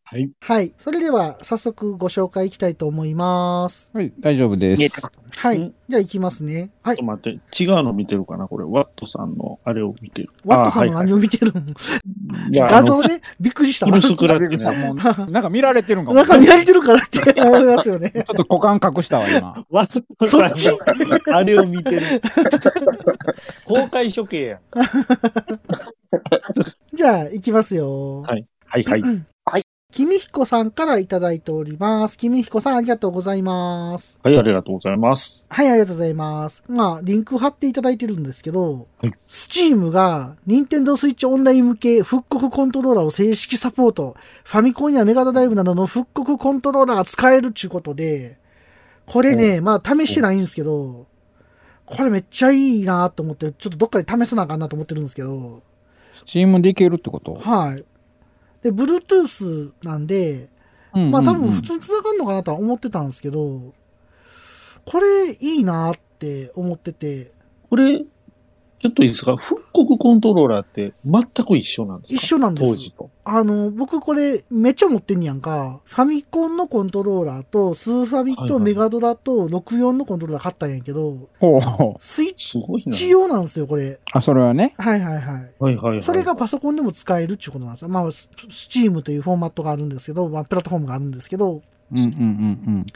はい。はい。それでは、早速ご紹介いきたいと思います。はい、大丈夫で見えすて。はいん。じゃあ、いきますね。はいちょっと。待って、違うの見てるかなこれ、ワットさんのあれを見てる。ワットさんのあはい何を見てるの、はいいや画像でびっくりした。 [laughs] あのキムスクラッチさん [laughs] ね。もうなんか見られてるんかも。なんか見られてるからって思いますよね。ちょっと股間隠したわ、今。ワットそさんっちのあれを見てる。公開処刑やん。じゃあ、いきますよ。はいはいはい。君彦さんからいただいております。君彦さん、ありがとうございます。はい、ありがとうございます。はい、ありがとうございます。まあ、リンク貼っていただいてるんですけど、はいスチームが、任天堂スイッチオンライン向け復刻コントローラーを正式サポート、ファミコンやメガドライブなどの復刻コントローラーが使えるっちゅうことで、これね、まあ、試してないんですけど、これめっちゃいいなと思って、ちょっとどっかで試さなあかんなと思ってるんですけど、スチームでいけるってことはい。で、Bluetooth なんで、まあ多分普通に繋がるのかなとは思ってたんですけど、これいいなって思ってて、これ、ちょっといいですか復刻コントローラーって全く一緒なんですか一緒なんです当時と。あの、僕これめっちゃ持ってんねやんか、ファミコンのコントローラーと、スーファミはいとはいメガドラと64のコントローラー買ったんやけど、ほうほう。スイッすごいな。チ用なんですよ、これ。あ、それはね。はいはいはい。はいはいはい。それがパソコンでも使えるっていうことなんですよ。まあ、ススチームというフォーマットがあるんですけど、まあ、プラットフォームがあるんですけど、うんうんう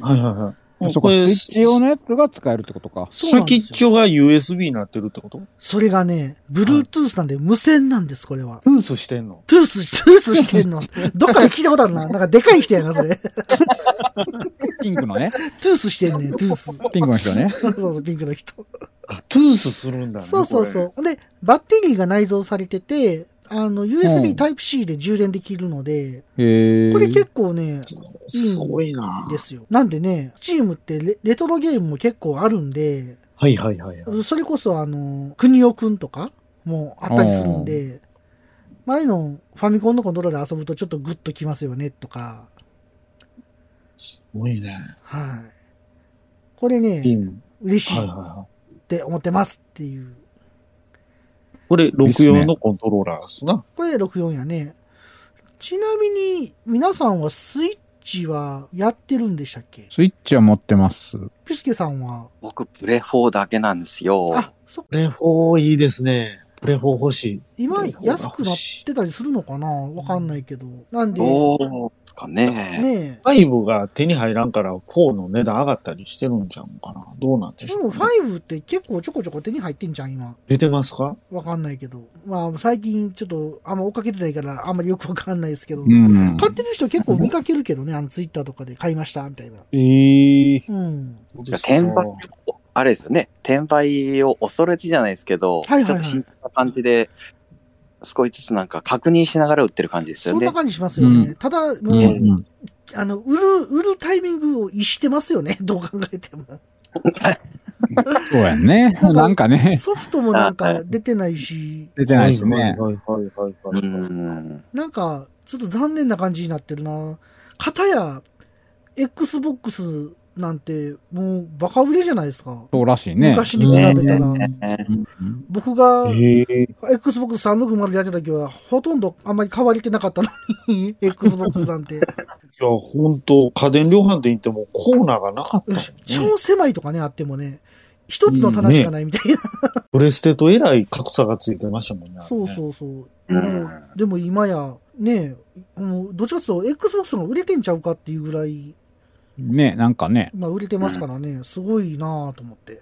んはいはいはうい。ん。そこれか、スイッチ用のやつが使えるってことか。そうなん先でっすよちょが USB になってるってことそれがね、Bluetooth なんで無線なんです、これは。トゥースしてんのトゥース、トゥースして [laughs] んの。どっかで聞いたことあるな。なんかでかい人やな、それ。トピンクのね。ゥースしてんねん、トゥース。ピンクの人ね。そうそう、ピンクの人。あ、トゥースするんだね。そうそうそう。ほんで、バッテリーが内蔵されてて、あの、う USB ん Type-C で充電できるので、へえ。これ結構ね、これ。すごいな。ですよ。なんでね、チームってレレトロゲームも結構あるんで、はいはいはいはい。それこそあの、国尾くんとかもあったりするんで、前のファミコンのコントローラーで遊ぶとちょっとグッときますよね、とか。すごいね。はい。これね、ン。嬉しはいいはいっはい。て思ってますっていう。これ、64のコントローラーですな。これ64やね。ちなみに、皆さんはスイッチはやってるんでしたっけスイッチは持ってます。ピスケさんは。僕、プレ4だけなんですよ。あ、そっかプレ4いいですね。プレ4欲しい。今安くなってたりするのかなわかんないけど。なんで、ねどうですかね。え。 5が手に入らんから4の値段上がったりしてるんじゃんかな。どうなんででしょもう、ね。 5って結構ちょこちょこ手に入ってんじゃん、今。出てますかわかんないけど。まあ、最近ちょっとあんま追っかけてないから、あんまりよくわかんないですけど。うん。買ってる人結構見かけるけどね、あのツイッターとかで買いました、みたいな。ええうん。ー。転売あれですよね。転売を恐れてじゃないですけど、はいはいはいちょっと慎重な感じで、少しずつなんか確認しながら売ってる感じですそよんなね。感じしますよね。うただ、もう、うんうんあの、売る、売るタイミングを逸してますよね。 [laughs] どう考えても。そうやんね。なんかなんかね、ソフトもなんか出てないし、出てないしね。はいはいはいはういはい。ん。なんか、ちょっと残念な感じになってるな。かたや、Xbox なんて、もう、バカ売れじゃないですか。そうらしいね。昔に比べたら、ねうんうん僕がええ Xbox360 やってた時は、ほとんどあんまり変わりてなかったのに、Xbox なんて。いや、本当家電量販店行ってもコーナーがなかったもんね。超狭いとかね、あってもね、一つの棚しかないみたいな。プレステとえらい格差がついてましたもんね。そうう。そうそう。うんでも今や、ねえ、もうどっちかというと Xbox の方が売れてんちゃうかっていうぐらい、ね、なんかね。まあ売れてますからね、すごいなぁと思って。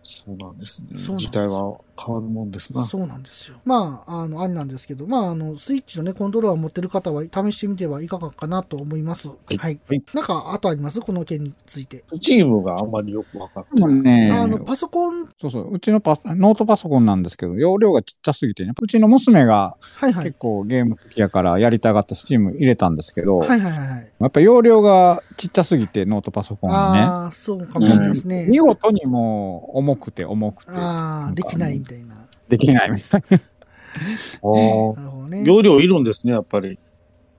そうなんですね。そうなんです時代は変わるもんですな。そうなんですよ。まあ、あの、あれなんですけど、まあ、あの、スイッチのね、コントローラーを持ってる方は試してみてはいかがかなと思います。はいい。はいなんか、あとありますこの件について。チームがあんまりよくわかんない。でもね、あの、パソコン、そうそう、うちのパノートパソコンなんですけど、容量がちっちゃすぎてね、うちの娘がはいはい結。構ゲーム好きやからやりたがってスチーム入れたんですけど、はいはいはいはい。やっぱ容量がちっちゃすぎて、ノートパソコンはああ、そうかもしれないですね。ね。見事にもう重くて重くてああ、できないみたいな。できないみたいな。なるほどね。容量いるんですね、やっぱり。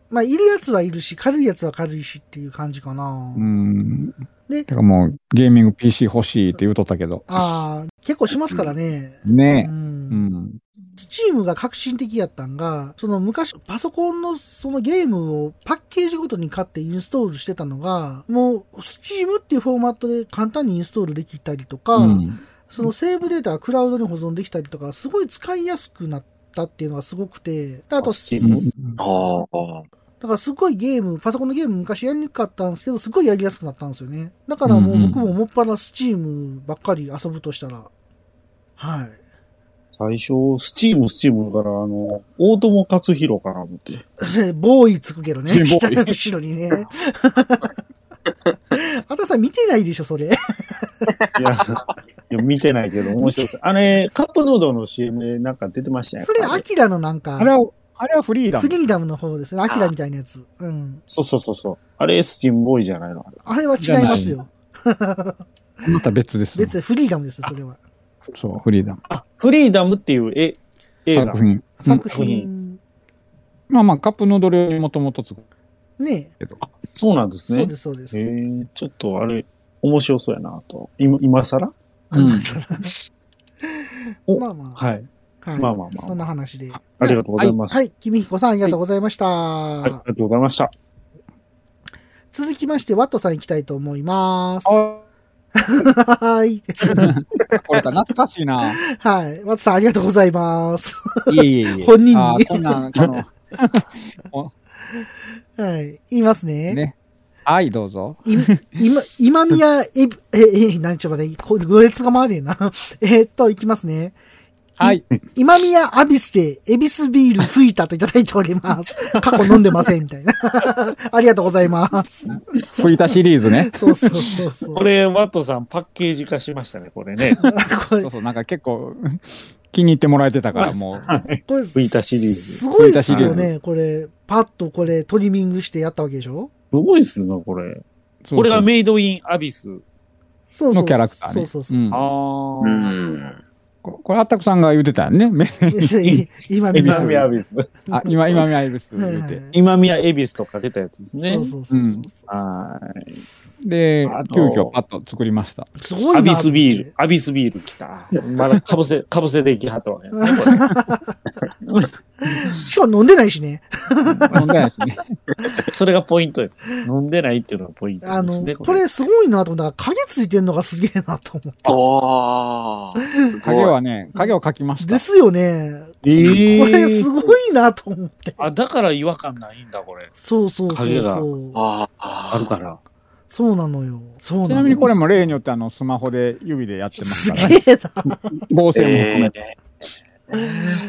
まあ、いるやつはいるし、軽いやつは軽いしっていう感じかな。うん。でてかもうゲーミング PC 欲しいって言うとったけど。ああ、結構しますからね。う。ねえ。うんん。チームが革新的やったんが、その昔、パソコンのそのゲームをパッケージごとに買ってインストールしてたのが、もう、スチームっていうフォーマットで簡単にインストールできたりとか、うんそのセーブデータがクラウドに保存できたりとか、すごい使いやすくなったっていうのがすごくて、であと、あ Steam あー [laughs] あー。だからすごいゲーム、パソコンのゲーム昔やりにくかったんですけど、すごいやりやすくなったんですよね。だからもう僕ももっぱらスチームばっかり遊ぶとしたら、はい。最初、スチーム、スチームから、あの、大友克弘かな思って。で [laughs] ボーイつくけどねボー。イ下の後ろにね。 [laughs] あたさん見てないでしょ、それ。いや、いや見てないけど、面白いです。あれ、カップヌードルの CM でなんか出てましたよね。それ、アキラのなんあれか、は、あれはフリーダフム。リーダムの方ですね。アキラみたいなやつ。うん。そうそうそうそう。あれ、スチームボーイじゃないのあれあれは違いますよ。また別です。別にフリーダムですよ、それは。そう、フリーダム。あ、フリーダムっていう絵、映画作。品。作品、まあまあ、カップヌードルよりもともと作るね。けど。そうなんですそうね。です、そうです。へえ、ちょっとあれ、面白そうやなと。今、今更うんそら [laughs] おまあまあ。はい。はい。まあまあまあそんな話で。ありがとうございます。ははい、い、君彦さんありがとうございました。ありがとうございました。続きまして、ワットさん行きたいと思います。はあ [laughs] ーい。これか、懐かしい [laughs] な。はい。ワットさんありがとうございます。いえいえいえ。本人にあーこんなん、[laughs] この、はい。言いますね。ね。はい、どうぞ。い今、今宮エビ、え、え、 [laughs] 何ちょっと待って、こ行列が回れねえな。 [laughs] えーっと、行きますね。はい。今宮アビスで、エビスビール吹いたといただいております。過去飲んでません、みたいな。 [laughs] ありがとうございます。吹いたシリーズね。そうそうそうそう。これ、ワットさん、パッケージ化しましたね、これね。これそうそう、なんか結構気に入ってもらえてたか [laughs] ら、もう。これ、吹いたシリーズすごいです吹いよたシリね、これ。パッとこれ、トリミングしてやったわけでしょすごいですね、これ。そうそうこれがメイドインアビス。そうそう。のキャラクターねそうそうそうそうんああ。うん。ここれ、あったくさんが言うてたよね。め [laughs] 今エ見ビまスす。アビス。 [laughs] あ今、今、今、いです。はい言はういて。今宮エビスとか出たやつですね。そうそうそうそうそうはい。であ、と急遽パッと作りました。すごいな。アビスビール、。アビスビール来た。まだかぶせ、 [laughs] かぶせできはったわけですね、これ。しかも飲んでないしね。問題ないし [laughs] ね。それがポイントよ。飲んでないっていうのがポインあトですね、の、これすごいなと思ったから、影ついてんのがすげえなと思っおー。すごい影はね、影を描きまて。しでた。すよね。えーこれすごいなと思って。あ、だから違和感ないんだ、これ。そうそうそう影がそう。あーああるー。から。そうなのよ。そうちなのなみよ。にこれも例によってあのスマホで指でやってますすからげね。え合成も含えめーて。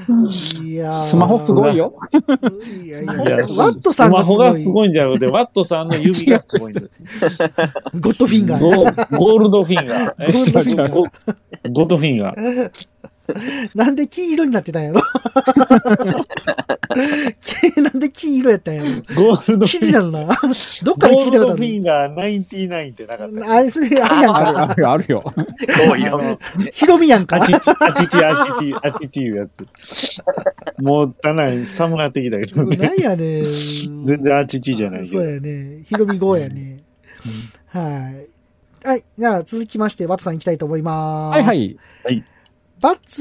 な。いやースマホすごいよ。いやいや、いやワットさんスマがすホごがすい。ごいんじゃなくて、ワットさんの指がすごいんです。ゴッドフィンガー。ゴーゴールドフィンガー。ゴールドフィンガーゴゴールドフィンガー。なんで黄色になってたんやろけなんで黄色やったんやろゴールドフ気ィにンガー。なるな。どっかで聞いたこゴールとドあフィる。ンガー99ってなかった。あれ、それ、あれやんあるか。あるあるよ。こういあうのヒロミやんか [laughs] あ。ちち、あちち、あちち、あちちいうやつ。もう、だない、寒なってきたけどね。なんやねん。全然あちちじゃないけそど。うやね。ヒロミ号やね。はい。はい。じゃあ、続きまして、ワットさん行きたいと思います。はいは。い。バッツ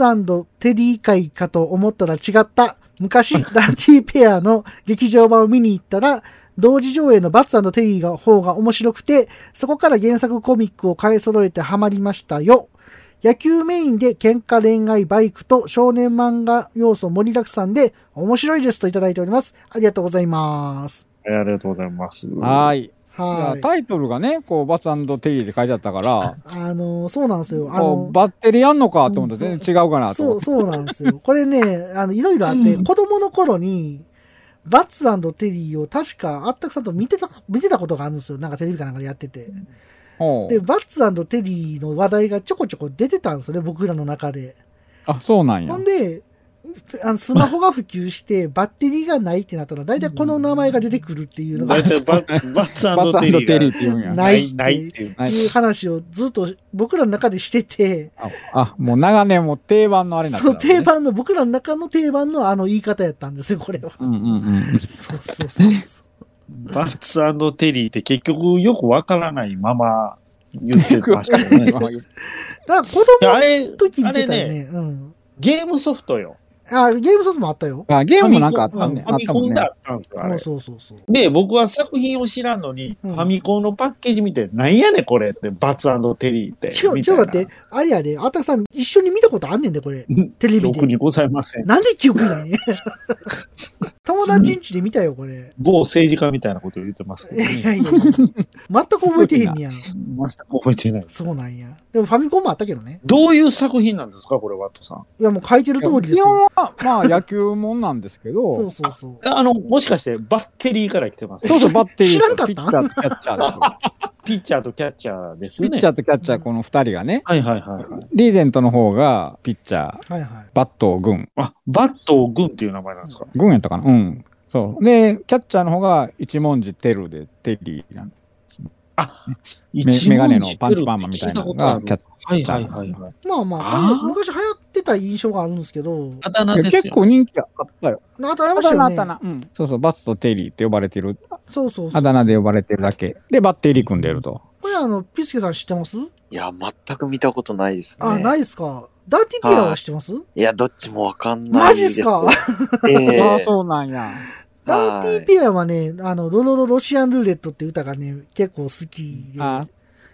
テディ会かと思ったら違った。昔、 [laughs] ダンティペアの劇場版を見に行ったら、同時上映のバッツテディの方が面白くて、そこから原作コミックを買い揃えてハマりましたよ。野球メインで喧嘩恋愛バイクと少年漫画要素盛りだくさんで面白いですといただいております。ありがとうございます。はいありがとうございます。はーい。はやい。タイトルがね、こう、バツテリーって書いてあったから、あのーそうなんですよ。あこのうバッテリーやんのかと思ったら全然違うかなとそ思う、って。そうなんです [laughs] よ。これね、あの、いろいろあって、子供の頃に、バッツテリーを確かあったくさんと見てた、見てたことがあるんですよ。なんかテレビかなんかでやってて。ほうで、バッツテリーの話題がちょこちょこ出てたんですよね、僕らの中で。あ、そうなんやほん。で、あのスマホが普及して、バッテリーがないってなったら、大体この名前が出てくるっていうのがだい、たいバッバッツバツテリーテリーがって言うんや。なない、ないっていう。は [laughs] いいう話をずっと僕らの中でしてて、ああ、もう長年もう定番のあれなんそだ、の定。番の、僕らの中の定番のあの言い方やったんですよ、これは。うんうん [laughs] うん。そうそうそうそう。バッツテリーって結局よくわからないまま言ってましたよね。だから子いや供あれの、時見てたよあれね。うん。ゲームソフトよ。あ、ゲームソフトもあったよ。あゲームもなんかあったフね。あァっミたコもンんだね。ったんですか、あもれう。そうそうそう。で、僕は作品を知らんのに、うんファミコンのパッケージ見て、なんやねんこれって、バツテリーって。ちょ、みちたょ、いな待って。あれやで、あたくさん一緒に見たことあんねんで、これうん。テレビろくにで。ございません。なんで記憶にない友達んちで見たよ、これ。某政治家みたいなこと言ってますけいど、やね、いやいや。全く覚えてへんねやん。全く覚えてない。そうなんや。でもファミコンもあったけどね。どういう作品なんですか、これ、ワットさん。いや、もう書いてる通りです基よ。本は、まあ野球もんなんですけど、そうそうそう。あの、もしかして、バッテリーから来てます。そうそう、バッテリ知らんーかとったピッチャーとキャッチャーでピッチャーとキャッチャーですす。ピよッねチ。ャーとキャッチャー、この二人がね、はいはいはいはい。リーゼントの方がピッチャー、はいはい。バットを軍、あ、バット軍っていう名前なんですか。軍やったかなうん。そう。で、キャッチャーの方が一文字テルで、テリーなんメメガネのパンチパーマみたいなのがキャッチはいャはーなんいですよはいはい。まあまあ、あーこれ昔流行ってた印象があるんですけど、あだ名ャー。です結よ。構人気あったよ。あとありあましただ名よあっね。たな。うん。そうそう、バツとテリーって呼ばれてる。そうそうそあう。だ名で呼ばれてるだけ。で、バッテリー組んでると。これあの、ピスケさん知ってますいや、全く見たことないですね。あ、ないっすか。ダーティピアは知ってますいや、どっちもわかんないマでジっすすけかど。ええ [laughs] ああ、そうなんや。ダーティピアはね、あの、ロロロロシアンルーレットって歌がね、結構好きで。あ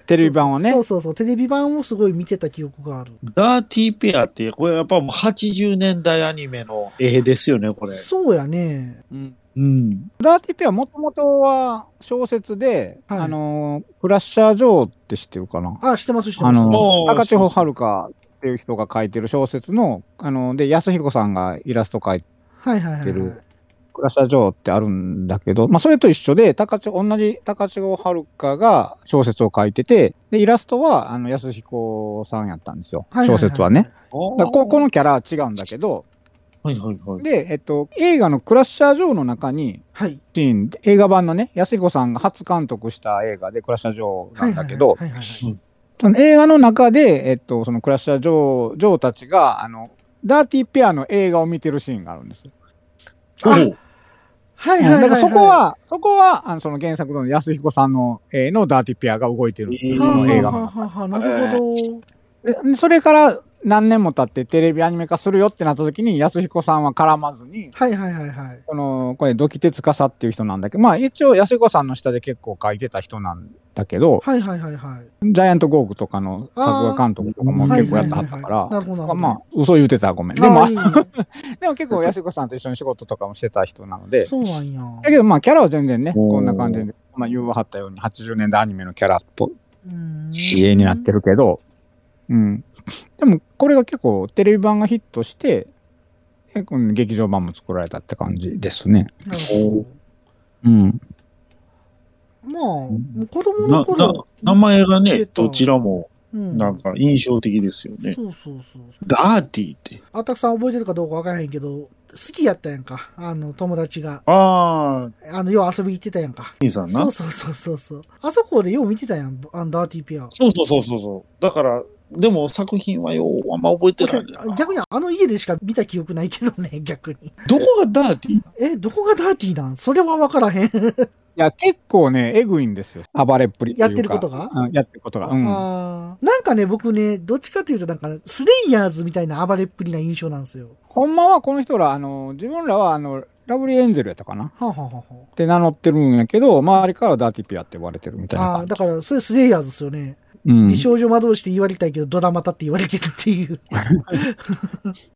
テレビ版はねそ。うそうそう、テレビ版をすごい見てた記憶がある。ダーティーペアって、これやっぱもう80年代アニメの絵ですよね、これ。そうやね。うんうん。ダーティピはもともとは小説で、はいあのー、クラッシャー・ジョーって知ってるかなあ、知ってます、知ってあます。のおーー、赤地そ方うそう遥香っていう人が書いてる小説の、あのー、で、安彦さんがイラスト描いて、はいはいはい知ってはいる。クラッシャー・ジョーってあるんだけど、まあ、それと一緒で、高千同じ高千穂遥香が小説を書いてて、で、イラストは、あの、安彦さんやったんですよ。いいい小説はね。。だからここの。のキャラは違うんだけど、はいはいはい。で、えっと、映画のクラッシャー・ジョーの中に、はい。シーン、映画版のね、安彦さんが初監督した映画で、クラッシャー・ジョーなんだけはど、いはいはいはいその映画の中で、えっと、そのクラッシャー・ジョー、ジョーたちが、あの、ダーティーペアの映画を見てるシーンがあるんですよ。あおうはいはいはいだはい。からそこは、そこは、あのその原作の安彦さんの、えーのダーティーペアが動いてるんですよはあその映画はのあはあはあなるほど。でそれから何年も経ってテレビアニメ化するよってなった時に、安彦さんは絡まずに、はいはいはいはい。この、これ、土器手司っていう人なんだけど、まあ一応安彦さんの下で結構書いてた人なんだけど、はいはいはいはい。ジャイアントゴーグとかの作画監督とかもあー結構やってはったから、なるほどなるほまど。あまあ、嘘言うてたらごめん。あー、でも、いいでも結構安子さんと一緒に仕事とかもしてた人なので、そうなん [laughs] や。だけどまあキャラは全然ね、おーこんな感じで、まあ言うはったように80年代アニメのキャラっぽい家絵になってる。るけど、うん。でもこれが結構テレビ版がヒットして、結構劇場版も作られたって感じですね。なるほうん。どまあ、もう子供なのな頃。名前がね、出たどちらもうんなんか印象的ですよね。そうそうそう。ダーティーって。あたくさん覚えてるかどうかわからへんけど、好きやったやんか。あの、友達が。ああ、あの、よう遊び行ってたやんか。兄さんそなう。そうそうそうそう。あそこでよう見てたやん、あの、ダーティーピア。そうそうそうそうそう。だから、でも作品はようあんま覚えてないんだよな。逆にあの家でしか見た記憶ないけどね、 [laughs] 逆に。どこがダーティーえ、どこがダーティーなんそれはわからへん。いや、結構ね、えぐいんですよ。暴れっぷりっていやうか。ってることが、うんやってることが。うん。あーなんかね、僕ね、どっちかというとなんか、スレイヤーズみたいな暴れっぷりな印象なんですよ。ほんまはこの人ら、あの、自分らは、あの、ラブリーエンゼルやったかなっはあ、はあはあはて名乗ってるんやけど、周りからはダーティピアって呼ばれてるみたいあ、なあー感じだ。から、それスレイヤーズですよね。うん美。少女魔導士って言われたいけど、ドラマタって言われてるって [laughs] いう。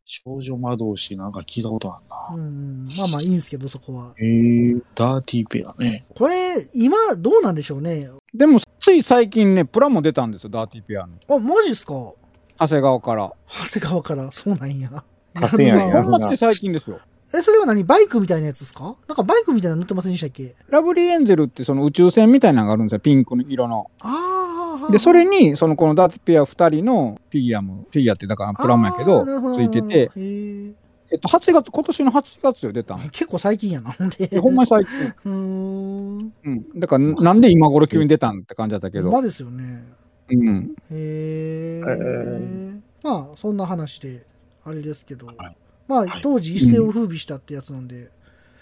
少女魔導士なんか聞いたことあるな。うん、まあまあいいんですけど、そこは。えー、ダーティーペアね。これ、今、どうなんでしょうね。でも、つい最近ね、プラも出たんですよ、ダーティーピアノ。あ、マジっすか長谷川から。長谷川から、そうなんや。長谷川ほやんまって最近ですよ。え、それは何バイクみたいなやつですかなんかバイクみたいなの乗ってませんでしたっけラブリーエンゼルってその宇宙船みたいなのがあるんですよ、ピンクの色の。ああ。で、それに、そのこのダーティーピア2人のフィギュアも、フィギュアってだからプラモやけあどー、なるほついてて、へーえっと、8月、今年の8月よ、出たの。結構最近やな、ほんで。えほんまに最近。うーん。うん。だから、なんで今頃急に出たんって感じだったけほんど。まですよね。うん。へええまあ、そんな話で、あれですけど。はいまはあい、当時一世を風靡したってやつなんで。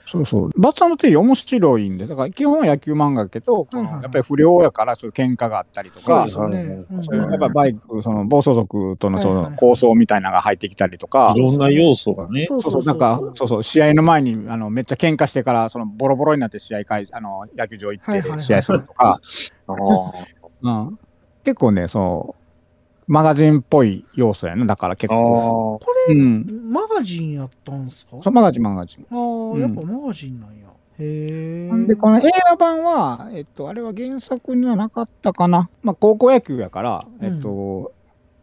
そうそう。バッサの定義面白いんで、だから基本は野球漫画やけど、こはいはいはのいやっぱり不良やから、そういう喧嘩があったりとそうかで、すよね。うんそういうやっぱバイク、その暴走族とのそはいはいのはい抗争みたいなのが入ってきたりとかい、ろんな要素がね。そうそそううそうそ、う。なんか、そうそう、試合の前に、あの、めっちゃ喧嘩してから、その、ボロボロになって試合会、あの、野球場行はいはいはいって試合するとか、あーうん。結構ね、そう、マガジンっぽい要素やな、だから結構。あこうれ、ん。マガジンやったんすかそう、マガジン、マガジン。ああ、んやっぱマガジンなんや。へえ。で、この映画版は、えっと、あれは原作にはなかったかな。まあ、高校野球やから、えっと、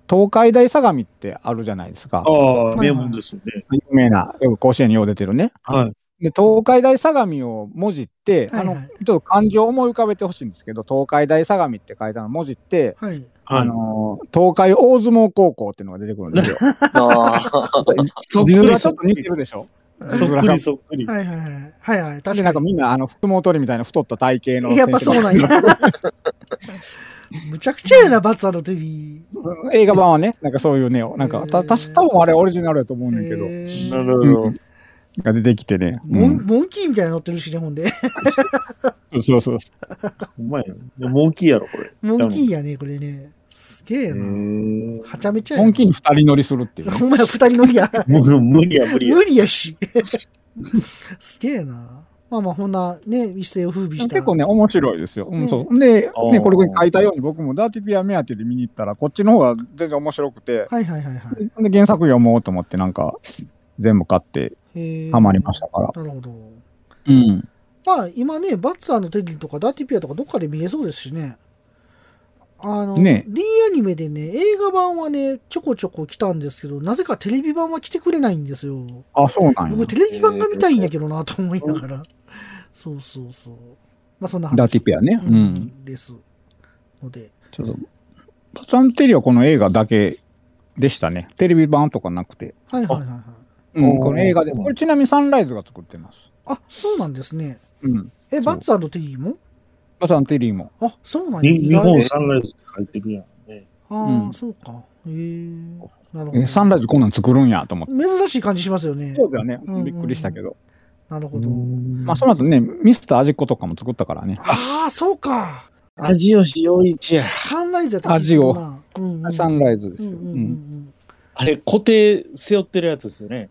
東海大相模ってあるじゃないですか。あいあ、名門ですよね。有名な、よく甲子園によう出てるね。はい。で、東海大相模を文字って、はいはいあの、ちょっと漢字を思い浮かべてほしいんですけど、東海大相模って書いたの文字って、はい。あのー、東海大相撲高校っていうのが出てくる [laughs] んですよ。あそっく字面りはちそょっっとく似てり。るでしょそっくりそっくり。はいはいはい。はいはい。で確なかんかに。みんな、あの、相撲取りみたいな太った体型の。やっぱそうなんや。 [laughs] むちゃくちゃやな、バツアの手に。映画版はね、なんかそういうね、なんへか、ーた、たし、多分あれオリジナルやと思うねんだけど、へなーるほうどん。が出てきてね。モうんンモンキーみたいなの乗ってるしね、ほんで。そうそうそう。うまいよ。モンキーやろ、これ。モンキーやね、これね。すげえへな。ーはちゃめちゃやな。本気に二人乗りするっていうね。ほんまや、二人乗りや。もう無理や、無理や無。理やし。すげえな。まあまあ、ほんな、ね、一世を風靡した。結構ね、面白いですよ。うねん、そう。で、あね、ーこれ書いたように僕もダーティピア目当てで見に行ったら、こっちの方が全然面白くて、はいはいはいはい。で、原作読もうと思って、なんか、全部買って、へーハマりましたかなら。るほど。うん。まあ、今ね、バッツァーのテディとかダーティピアとかどっかで見れそうですしね。あの、ね D アニメでね、映画版はね、ちょこちょこ来たんですけど、なぜかテレビ版は来てくれないんですよ。あ、そうなんや僕、。テレビ版が見たいんやけどなと思いながら。そうそうそう。まあ、そんな話。ダーティピアね。ううん。んです。ので。ちょっと、バツアンテリはこの映画だけでしたね。テレビ版とかなくて。はいはいはいはい。うん、おーこの映画で。そうなんこだれちなみにサンライズが作ってます。あ、そうなんですね。うん。え、うバッツァテディもバツアンテリーも。あ、そうなんや。に意日外本サンライズって入ってるやん。ああ、うんそうか。へえ。なるほえど。サンライズこんなん作るんやと思って。珍しい感じしますよね。そうだよねうんう。んびっくりしたけど。なるほど。まあ、その後ね、ミスター味っ子とかも作ったからね。ああ、そうか。味をしよういちや。サンライズやった味をな。うんうん、サンライズですうんよ。ううん。うんうんあれ、固定背負ってるやつですよね。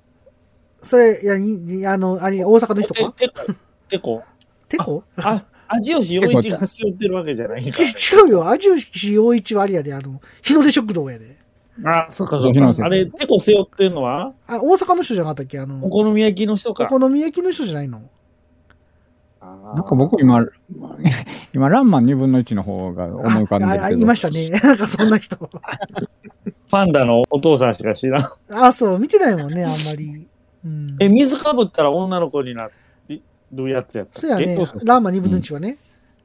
それ、いや、いいあの、あれ、大阪の人かててこ。てこ。てこあ、味をしよういちが背負ってるわけじゃないんかち違うよ。味吉洋一はあれやで、あの、日の出食堂やで。あ、そうか、そそうう日本製か。あれ、てこ背負ってるのはあ、大阪の人じゃなかったっけあの、おお好み焼きの人か。好み焼きの人じゃないのなんか僕今、 [laughs] 今、ランマン2分の1の方が思い浮かんでるけあど。あ、いましたね。 [laughs] なんかそんな人。パンダのお父さんしか [laughs] 知らん。あ、そう、見てないもんね、あんまり。うん、え、水かぶったら女の子になるやつやったっけそうやねそうそう。ラーマ2分の1はね。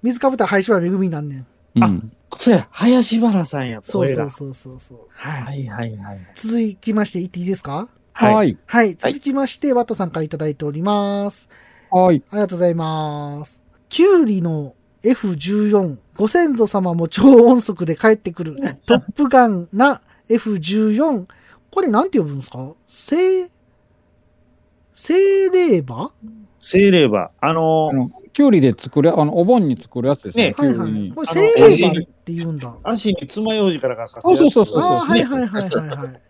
水かぶったら林原めぐみになんねん。うん。そうや、林原さんやった。そうそ俺うらそうそうそう。は。はいいはいはい。続きまして言っていいですかはい。い。はい。続きまして、ワットさんからいただいております。はい。ありがとうございます。キュウリの F14、ご先祖様も超音速で帰ってくる、トップガンな F14。これなんて呼ぶんですか聖、聖霊馬セーレーバー。あのあ、の、キュウリで作る、あの、お盆に作るやつですね。ねキはュいウはリい。に。これあ聖の霊馬って言うんだ。足に爪楊枝からがさせ。そうそうそうそうああー、はいはいいはいはいはい。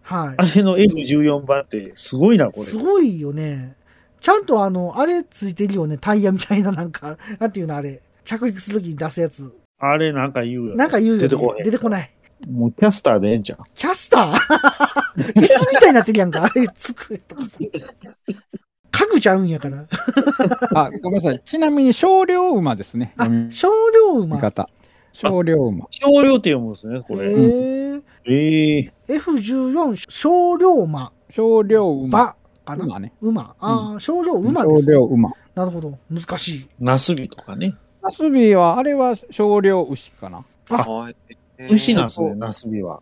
はい。あれの F14 番ってすごいな、これ。すごいよね。ちゃんとあの、あれついてるよね。タイヤみたいななんか、なんていうのあれ。着陸するときに出すやつ。あれなんか言うよね。なんか言うよ、ね。出てこへん出てこない。もうキャスターでええんちゃうキャスター [laughs] 椅子みたいになってるやんか。あれ、机とかさ。家具ちゃうんやから。あ、ごめんなさい。ちなみに少量馬ですね。あ読、み少量馬。方。少量馬。少量って読むんですね、こえれ。ー、ええ F14 少量馬。少量馬。馬かな馬ね。馬。ああ、少量馬で少すね。量馬。なるほど。難しい。ナスビとかね。ナスビは、あれは少量牛かな。あはい牛なんですね、ナスビは。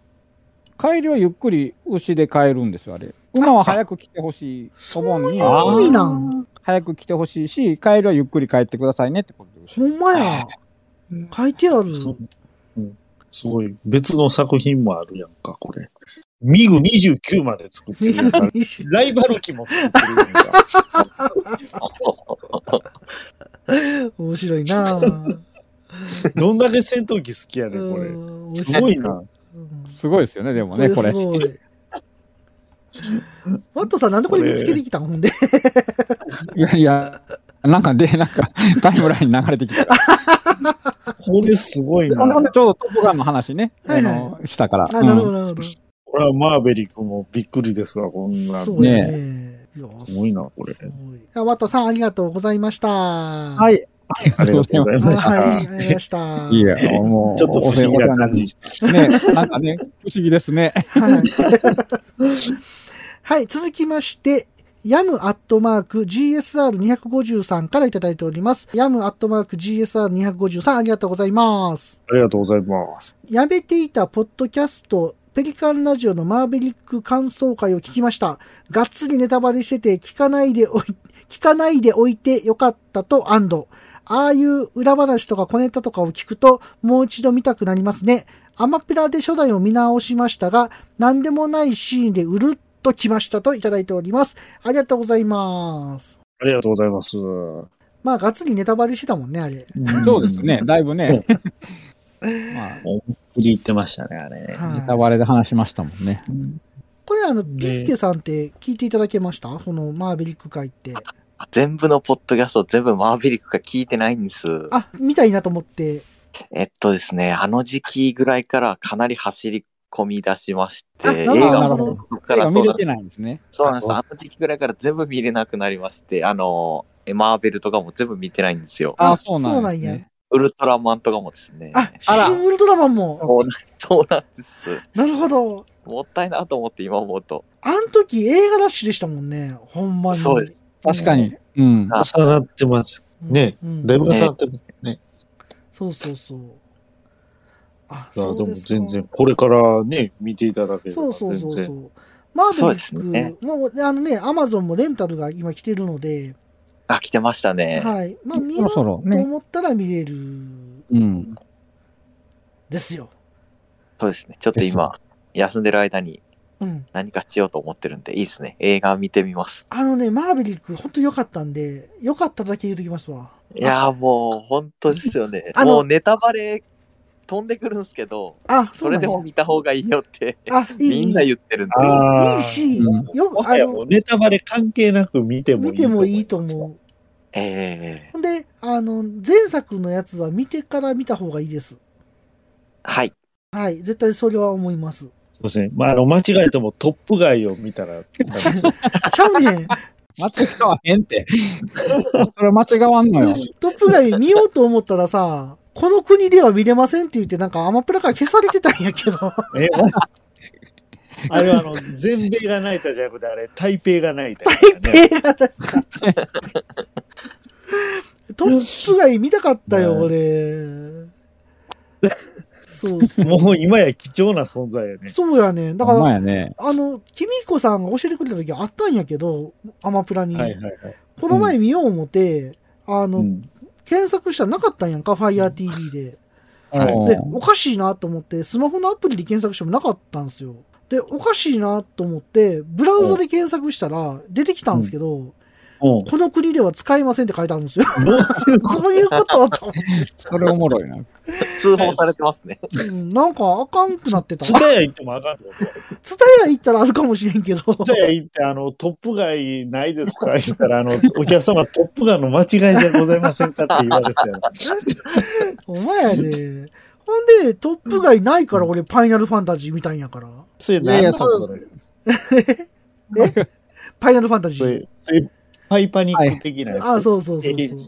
帰りはゆっくり牛で帰るんですよ、あれ。馬は早く来てほしい。そぼんにそういう意味なん。早く来てほしいし、帰りはゆっくり帰ってくださいねってことです。ほんまや。書いてある。 [laughs] そううんすごい。別の作品もあるやんか、これ。ミグ29まで作ってるやん [laughs] か。ライバル機も作ってるやんか。面白いなぁ。どんだけ戦闘機好きやねん、これ。うんすごい。な。面すごいですよね、でも白うね、んこれ。すごいワットさん、なんでこれ見つけてきたんほんで。いやいや、なんかで、なんかタイムライン流れて [laughs] きた。これすごいほんな。でちょうどトップガンの話ね、はいあはいの、したから。あ、なるほうど、んなるほど。これはマーベリックもびっくりですわ、こんな。そうやね。いやすごいな、これ。すごいあワットさん、ありがとうございました。は。はいい。ありがありとうがごとざうはい、いまございましありがとうございまた。した。す。いや、もう、ちょっと不思議な感じ。お世話になりましたね、なんかね、不思議ですね。はい。はい、続きまして、ヤムアットマーク GSR253 からいただいております。ヤムアットマーク GSR253 ありがとうございます。ありがとうございます。やめていたポッドキャスト、ペリカンラジオのマーベリック感想会を聞きました。がっつりネタバレしてて聞かないでおい、聞かないでおいてよかったと安堵。ああいう裏話とか小ネタとかを聞くともう一度見たくなりますね。アマプラで初代を見直しましたが、何でもないシーンでうるっときましたといただいております。ありがとうございます。ありがとうございます。まあ、がっつりネタバレしてたもんね、あれ。そうですね、だいぶね。 [laughs] まあ、振り入ってましたね、あれ。はいネタバレで話しましたもんね。これあの、ピスケさんって聞いていただけましたこのマーベリック会って。全部のポッドキャスト全部マーヴェリックが聞いてないんです。あ、見たいなと思って。えっとですね、あの時期ぐらいからかなり走り込み出しましあて、映なるほど画なるほもどそっか映画らそ見うなれんてないんですね。そうなんです。あの時期ぐらいから全部見れなくなりまして、あの、えマーベルとかも全部見てないんですよ。ああそうなんですね。ウルトラマンとかもですね。あ、あらシン・ウルトラマンも。そうなそうなんです。なるほど。もったいなと思って今思うと。あの時映画ラッシュでしたもんね。ほんまに。そうです。確かに。うん。あ重なってます。ねうん。だいぶ重なってます。そうそうそう。あ、いやそうでもですか全然、。これからね、見ていただければそう全然。そうそうそう。マーそベうリですッねク、もう、あのね、アマゾンもレンタルが今来てるので、あ、来てましたね。はい。まあ、見そようろそとろね。思ったら見れるうん。ですよ。そうですね。ちょっと今、休んでる間にうん。何かしようと思ってるんで、いいですね。映画見てみます。あのね、マーベリック、ほんと良かったんで、良かっただけ言うときますわ。いやーもう、本当ですよね。 [laughs] あのもうネタバレ飛んでくるんですけど、あ、そそうなれんやでも見た方がいいよって、あ、いい。いいみんな言ってるんで。あーいいし、うんよもく、あはやものう、ネタバレ関係なく見てもいい見てもいいと思いま思う。ええほんで、あの、前作のやつは見てから見た方がいいです。はい。はい、絶対それは思います。す。すいません。まあ、あの、間違えてもトップガイを見 [laughs] たら、ちゃうねん。間違わへんって。 [laughs] それ間違わんのよ。トップガイ見ようと思ったらさ、この国では見れませんって言って、なんかアマプラから消されてたんやけど。え、あれはあの、全米が泣いたじゃなくて、あれ、台北が泣いた、ね。映画だったトップガイ見たかったよ、ね俺。そうそう。もう今や貴重な存在やね。そうやねん。だかほんまら、やね。あの、君彦さんが教えてくれた時あったんやけど、アマプラに。はいはいはい。この前見よう思って、あの、うん検索したらなかったんやんか、FireTV で。はいおで、ーおかしいなと思って、スマホのアプリで検索してもなかったんですよ。で、おかしいなと思って、ブラウザで検索したら出てきたんですけど、うん。この国では使えませんって書いてあるんですよ。どういう [laughs] こどういうことと思ってそれおもろいな。通報されてますね。うんなんかあかんくなってとた。ツツタタヤ行ってもあかんってことヤ行ったらあるかもしれんけど。ツタヤ行って、あの、トップガイないですか言ったら、あの、お客様トップガンの間違いじゃございませんかって言われてたよ。お前やで。ほんで、トップガイないから俺、ファイナルファンタジーみたいんやから。それいや何いなやんそれ。ファイナルファンタジそー。れ、それパイパニック的なやつ。あ、そうそうそうそう。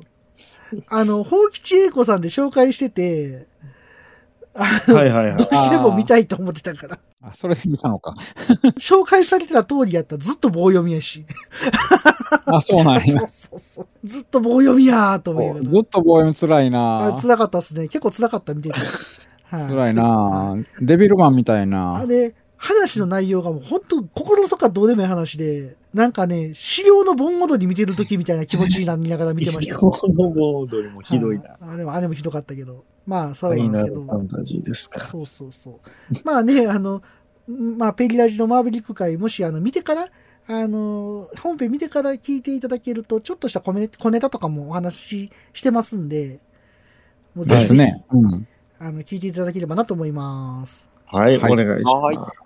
あの、宝吉英子さんで紹介してて、はいはいはいど。うしても見たいと思ってたから。あ、それで見 [laughs] たのか。紹介されてた通りやったらずっと棒読みやし。あ、そうなんやそ。うそうそう。ずっと棒読みやーと思いながらずっと棒読みつらいあ、な。辛かったっすね。結構辛かった、見てて。はいつらいな。デビルマンみたいあな。れ、話の内容がもう本当、心の底はどうでもいい話で、なんかね、資料の盆踊り見てる時みたいな気持ちになりながら見てました日。本の盆踊りもひどいな。あれも、あれもひどかったけど。まあ、そファうなイんですナルけフど。ァンタジーですか。そうそうそう。まあね、あの、まあ、ペリラジのマーヴェリック会、もし、あの、見てから、あの、本編見てから聞いていただけると、ちょっとした小ネ小ネタとかもお話ししてますんで、もうぜでひぜすひ、ね。うん。あの、聞いていただければなと思います。はい、おはい願いします。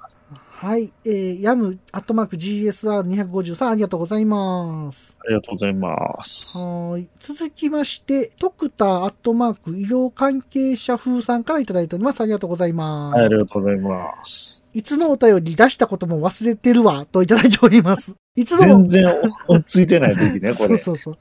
はい、えー、ヤム、アットマーク GSR253 ありがとうございます。ありがとうございます。はーい。続きまして、トクターアットマーク医療関係者風さんからいただいております。ありがとうございます。はい、ありがとうございます。いつのお便り出したことも忘れてるわ、といただいております。いつの [laughs] 全然落ち着いてない時ね、こそうれ。そうそう。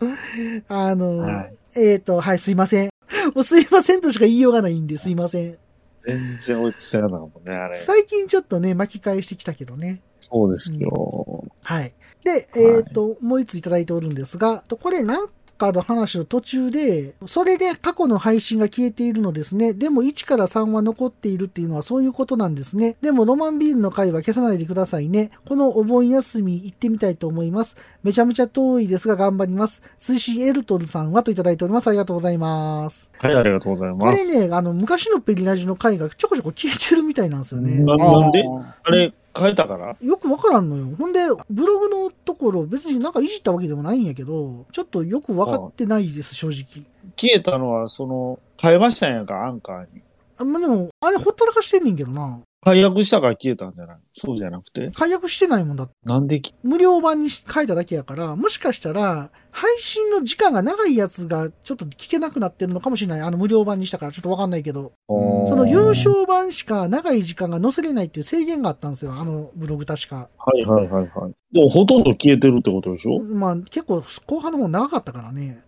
あの、はいえっ、と、はい、すいません。もうすいませんとしか言いようがないんで、すいません。全然落ち着いてなかったもんね、あれ。最近ちょっとね、巻き返してきたけどね。そうですよ。はい。で、えっ、と、もう一ついただいておるんですが、とこれなんかの話の途中で、それで過去の配信が消えているのですね。でも1から3は残っているっていうのはそういうことなんですね。でもロマンビールの回は消さないでくださいね。このお盆休み行ってみたいと思います。めちゃめちゃ遠いですが頑張ります。推進エルトルさんはといただいております。ありがとうございます。はい、ありがとうございこまれす。ね、あの、昔のペリラジの回がちょこちょこ消えてるみたいなんですよね。ななんであれ、変えたからよくわからんのよ。ほんで、ブログのところ、別になんかいじったわけでもないんやけど、ちょっとよくわかってないです、正直。消えたのは、その、変えましたんやんか、アンカーに。あまあ、でも、あれほったらかしてんねんけどな。解約したから消えたんじゃないそうじゃなくて。解約してないもんだって。なんでき無料版に書いただけやから、もしかしたら、配信の時間が長いやつがちょっと聞けなくなってるのかもしれない。あの無料版にしたからちょっとわかんないけど。おーその優勝版しか長い時間が載せれないっていう制限があったんですよ。あのブログ確か。はいはいはいはい。でも、ほとんど消えてるってことでしょまあ結構後半の方長かったからね。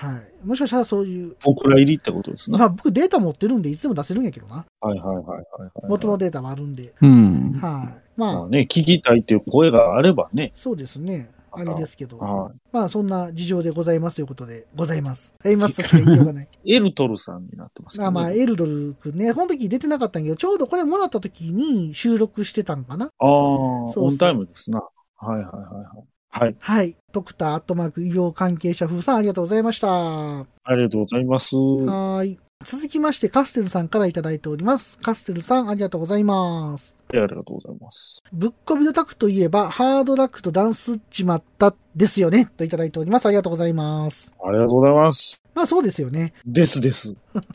はい。もしかしたらそういうお蔵入りってことです [laughs] ね。まあ僕データ持ってるんでいつでも出せるんやけどな。はいはいはいはい。元のデータもあるんで。うん。はい。ままああ、ね、聞きたいっていう声があればね。そうですね。あれですけど。はまあそんな事情でございますということで、ございます。ございますとしか言いようが [laughs] ない。い。エルトルさんになってますけどあまあ、エルドル君ね、この時出てなかったんやけど、ちょうどこれもらった時に収録してたんかなあそーうそうオンタイムですな。はいはいはいはい。はい。はい。ドクターアットマーク医療関係者風さんありがとうございました。はありがとうございます。あーい。続きまして、カステルさんからいただいております。カステルさんありがとうございます。りがとうございます。ぶっこびのタクといえば、ハードラックとダンスっちまったですよね。といただいております。ありがとうございます。ありがとうございます。まあそうですよね。ですです。ワッ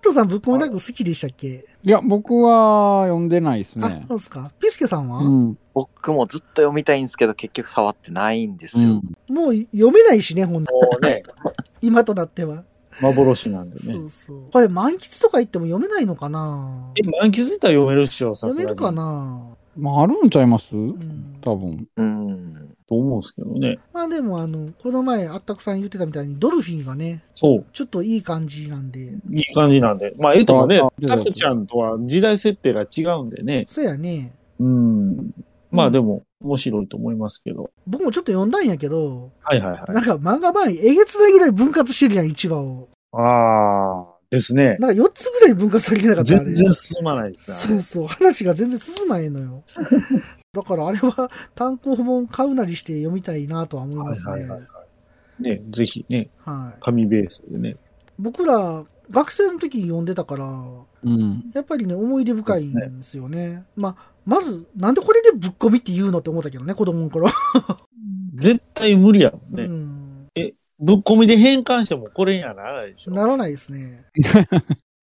トさん、ぶっこみタク好きでしたっけいや、僕は読んでないですあ、ね。そうですか。ピスケさんは、うん。僕もずっと読みたいんですけど、結局触ってないんですうよ。んもう読めないしね、ほんともうね、 [laughs] 今となっては。幻なんでそね。うそう。これ、満喫とか言っても読めないのかなえ、満喫したら読めるっしょ、さ読すがめに。るかなまあ、あるんちゃいますうん。多分。うん。と思うんですけどね。まあでも、あの、この前、あったくさん言ってたみたいに、ドルフィンがね、そう。ちょっといい感じなんで、いい感じなんで。まあ、えともねああ、タクちゃんとは時代設定が違うんでね。そうやね。うん。まあでも、面白いと思いますけど。僕もちょっと読んだんやけど、はいはいはい。なんか漫画版えげつないぐらい分割してるやん、1話を。ああ、ですね。なんか4つぐらい分割されてなかった、あ全れ。然進まないですそね。うそう、話が全然進まへんの [laughs] よ。だからあれは単行本買うなりして読みたいなとは思いますはねい。はいね、ぜひね、はい。紙ベースでね。僕ら、学生の時に読んでたから、うん。やっぱりね、思い出深いんですよね。まあ、まず、なんでこれでぶっ込みって言うのって思ったけどね、子供の頃。絶対無理やもんうね。ん。ぶっ込みで変換してもこれにはならないでしょ。ならないですね。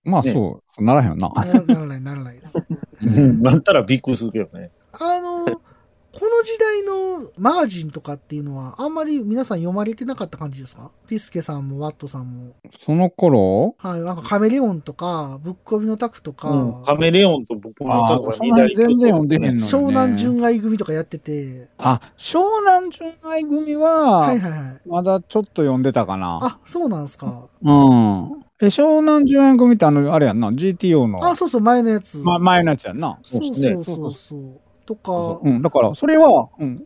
まあねそう、ならへんよな。ならならない、ならないです。うんなったらびっくりするけどね。あの、この時代のマージンとかっていうのは、あんまり皆さん読まれてなかった感じですかピスケさんもワットさんも。その頃はい、なんかカメレオンとか、ぶっこみのタクとか、うんカメレオンと僕のああとこー、がそんなに全然読んでへんのよ、ね。湘南純愛組とかやってて、あ、湘南純愛組ははい、はいはい。まだちょっと読んでたかな。あ、そうなんですか。うん。え、湘南純愛組ってあの、あれやんな、GTO の、あ、そうそう、前のやつ。ま、前のやつやんな。そうそうっすそねうそうそう。とそかう、うん、だから、それは、うん。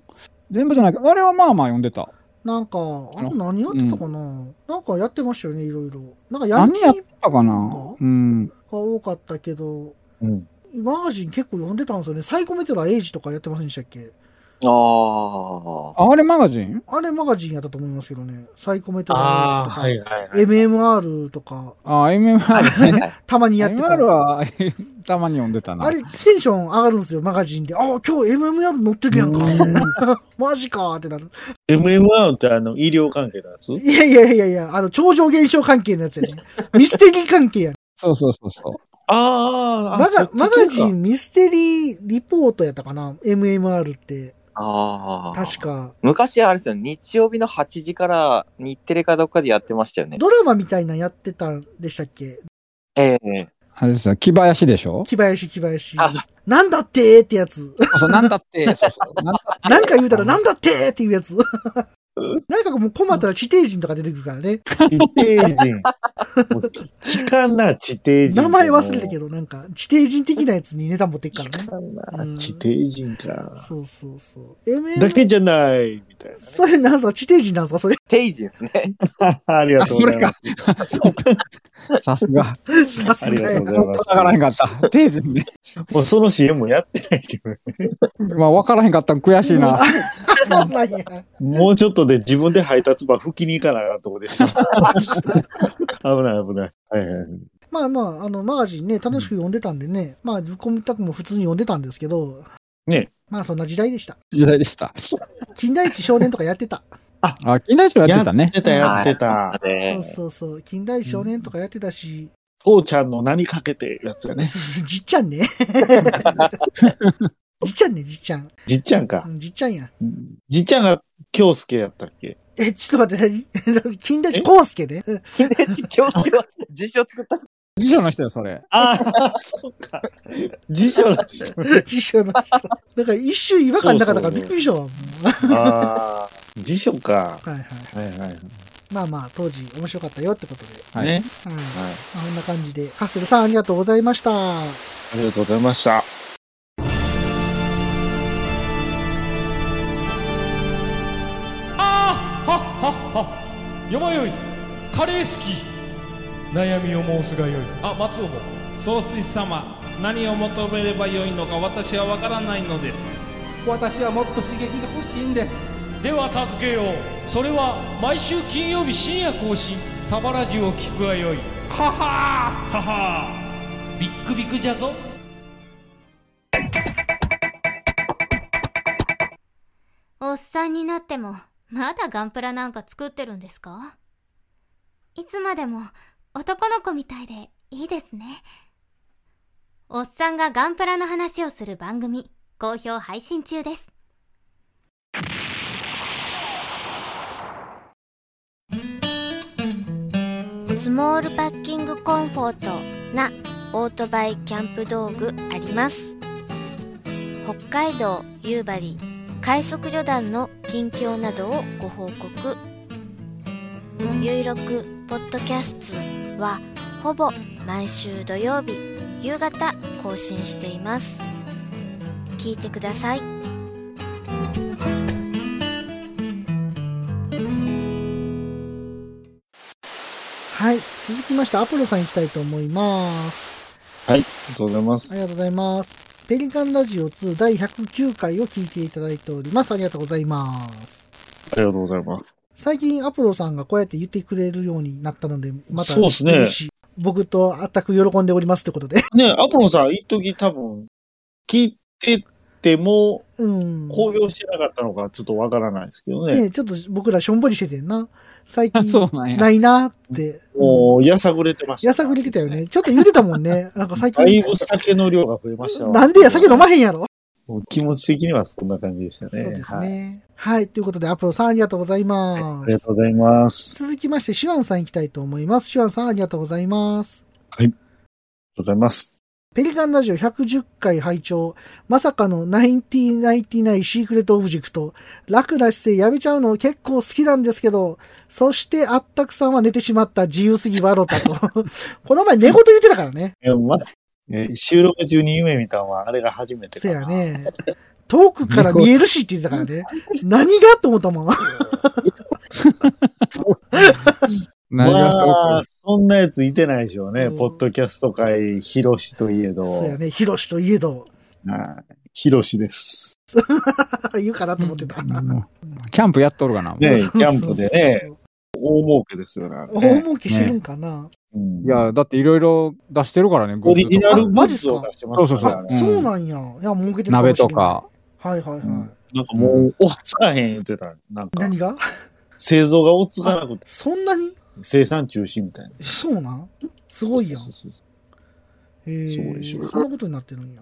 全部じゃないけど、あれはまあまあ読んでた。なんか、あと何やってたかな、なんかやってましたよね、いろいろ。なんかヤン何キやっーがたかなうん。多かったけど、うんマガジン結構読んでたんですよね。サイコメテラエイジとかやってませんでしたっけあああれマガジンあれマガジンやったと思いますけどね。サイコメテラああ、はエイいジとか、はいはい。 MMR とか、ああ、[laughs] MMR ね。たまにやってた。 MMR は [laughs] たまに読んでたな。あれ、テンション上がるんですよ、マガジンで。ああ、今日 MMR 乗ってるやんか。 [laughs] マジかーってなる。 MMR ってあの、医療関係のやついやいやいやいや、あの、超常現象関係のやつやね。 [laughs] ミステリー関係やね。そうそうそうそう。あーあ、マガマガジン。ンミステリーリポートやったかな ?MMR って。あ、ああ。確か。昔あれですよ、日曜日の8時から日テレかどっかでやってましたよね。ドラマみたいなやってたんでしたっけええあれですよ、木林でしょ木林木林あそう。なんだってーってやつ。 [laughs] あそう、なんだって、 [laughs] そうそう。なんだってなんか言うたらなんだってーっていうやつ。なんかもう困ったら地底人とか出てくるからね。地底人。もう聞かんな、地底人。名前忘れたけど。ど、なんか地底人的なやつにネタ持ってっから聞ね。かんな、うん地底人か。そうそうそう。MM だけじゃない、 [laughs] みたいそれなんすか地底人なんすかそれ。定時ですね。な。ありがとうございます。さすが。さあすりががやとうなご。ざいまわからへんかった。定時 [laughs] にね。す。もうその CM もやってないけどね。まあ、わからへんかった。悔しいな。そうなんや。もうちょっとで自分で配達場吹きに行かなあかんとこ [laughs] でした。危ない危ない。はいはいはいまあまあ、あの、マガジンね、楽しく読んでたんでね、まあ、ズコミタクも普通に読んでたんですけど、ねまあ、そんな時代でした。時代でした。近代一少年とかやって [laughs] た。あ、近代長やってたね。やってたやってた。そねうそうそう。近代一少年とかやってたし、父ちゃんの何かけてやつやね。じっちゃん [laughs] ね。じっちゃんね、じっちゃん。じっちゃんかう。んじっちゃんや。じっちゃんが京介やったっけえ、ちょっと待って、何 [laughs] 近代一、コウスケね。 [laughs] 近代一教授は辞書作った。辞書の人よ、それ。ああ、そうか。辞書の人。辞書 [laughs] の人。だから一瞬違和感なかったからそうびっそうくりしたわ。もうはああ、辞書か。いはい。はいはい。まあまあ、当時面白かったよってことで。はいね。はい。まはい。あ、こんな感じで、カッセルさんありがとうございました。ありがとうございました。あーはっはっはよまよいカレー好き悩みを申すがよいあ松尾も総帥様何を求めればよいのか私は分からないのです私はもっと刺激が欲しいんですでは助けようそれは毎週金曜日深夜更新サバラジュを聞くがよいははーははービックビックじゃぞおっさんになっても、まだガンプラなんか作ってるんですかいつまでも男の子みたいでいいですね。おっさんがガンプラの話をする番組、好評配信中です。スモールパッキングコンフォートなオートバイキャンプ道具あります北海道夕張快速旅団の近況などをご報告ゆいろくポッドキャストはほぼ毎週土曜日夕方更新しています聞いてくださいはい。続きまして、アポロさん行きたいと思います。はい。ありがとうございまありす。がとうございます。ペリカンラジオ2第109回を聞いていただいております。ありがとうございます。ありがとうございます。最近、アポロさんがこうやって言ってくれるようになったので、またそうっすね嬉しい僕と全く喜んでおりますということで。ねアポロさん、一時多分、聞いてても、うん。公表してなかったのかちょっとわからないですけどね。ねちょっと僕らしょんぼりしててんな。最あ近、 [laughs] そうなんや。ないなって。もう、やさぐれてました。やさぐれてたよね。ちょっと言うてたもんね。なんか最だい近。ぶ酒の量が増えましたわなんでや、酒飲まへんやろ、もう気持ち的にはそんな感じでしたね。そうですはい。ね。はい、ということで、アプロさんありがとうございまあす。りがとうございます。あり続きまして、シュワンさん行きたいと思います。シュワンさんありがとうございます。がとうございます。ペリカンラジオ110回拝聴まさかの1999シークレットオブジェクト。楽な姿勢やめちゃうの結構好きなんですけど、そしてあったくさんは寝てしまった自由すぎワロタと。 [laughs] この前寝言言ってたからね。いやまえ収録中に夢見たのはあれが初めてせかやな。ね。遠くから見えるしって言ってたから [laughs] ね。何がと思ったもん。何がまあし、そんなやついてないでしょうね。うんポッドキャスト界、ヒロシといえど。そうやね。ヒロシといえど、はいヒロシです。言うかなと思ってた。[laughs] ておくもうキャンプやっとるかな。ねキそうそうャンプでね、大儲けですよねあれ大ね。儲けしてるんかな、うんいや、だっていろいろ出してるからね、オリジナルあグマッジっすズかを出してましたからあね。、うんそうなんや。いや、儲けてるかも鍋しれとない。か。はいはいはい。うんなんかもう、追っつかへん言ってた。なんか、何が [laughs] 製造が追っつかなくて、そんなに生産中止みたいな。そうなんすごいやん。そうそうそうへえそうでしょうそんなことになってるんや。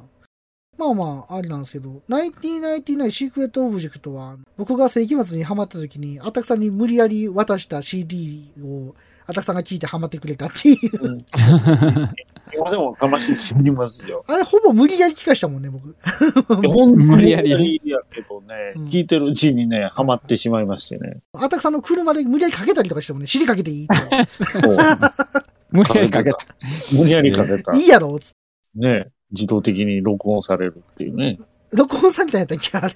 まあまあ、あれなんですけど、1999シークレットオブジェクトは、僕が世紀末にハマった時に、あたくさんに無理やり渡した CD を、あたくさんが聞いてハマってくれたっていう。 [laughs] 今でもかまし死にま [laughs] すよ。あれ、ほぼ無理やり聞かしたもんね、僕。いや本当に無理やり無理やけどね、うん聞いてるうちにね、ハマってしまいましてね。あたくさんの車で無理やりかけたりとかしてもね、尻かけていいって。 [laughs] こ無理やりかけた。う無理やりかけた。いいやろつっね、自動的に録音されるっていうね、て録音されたんやったっけあれ。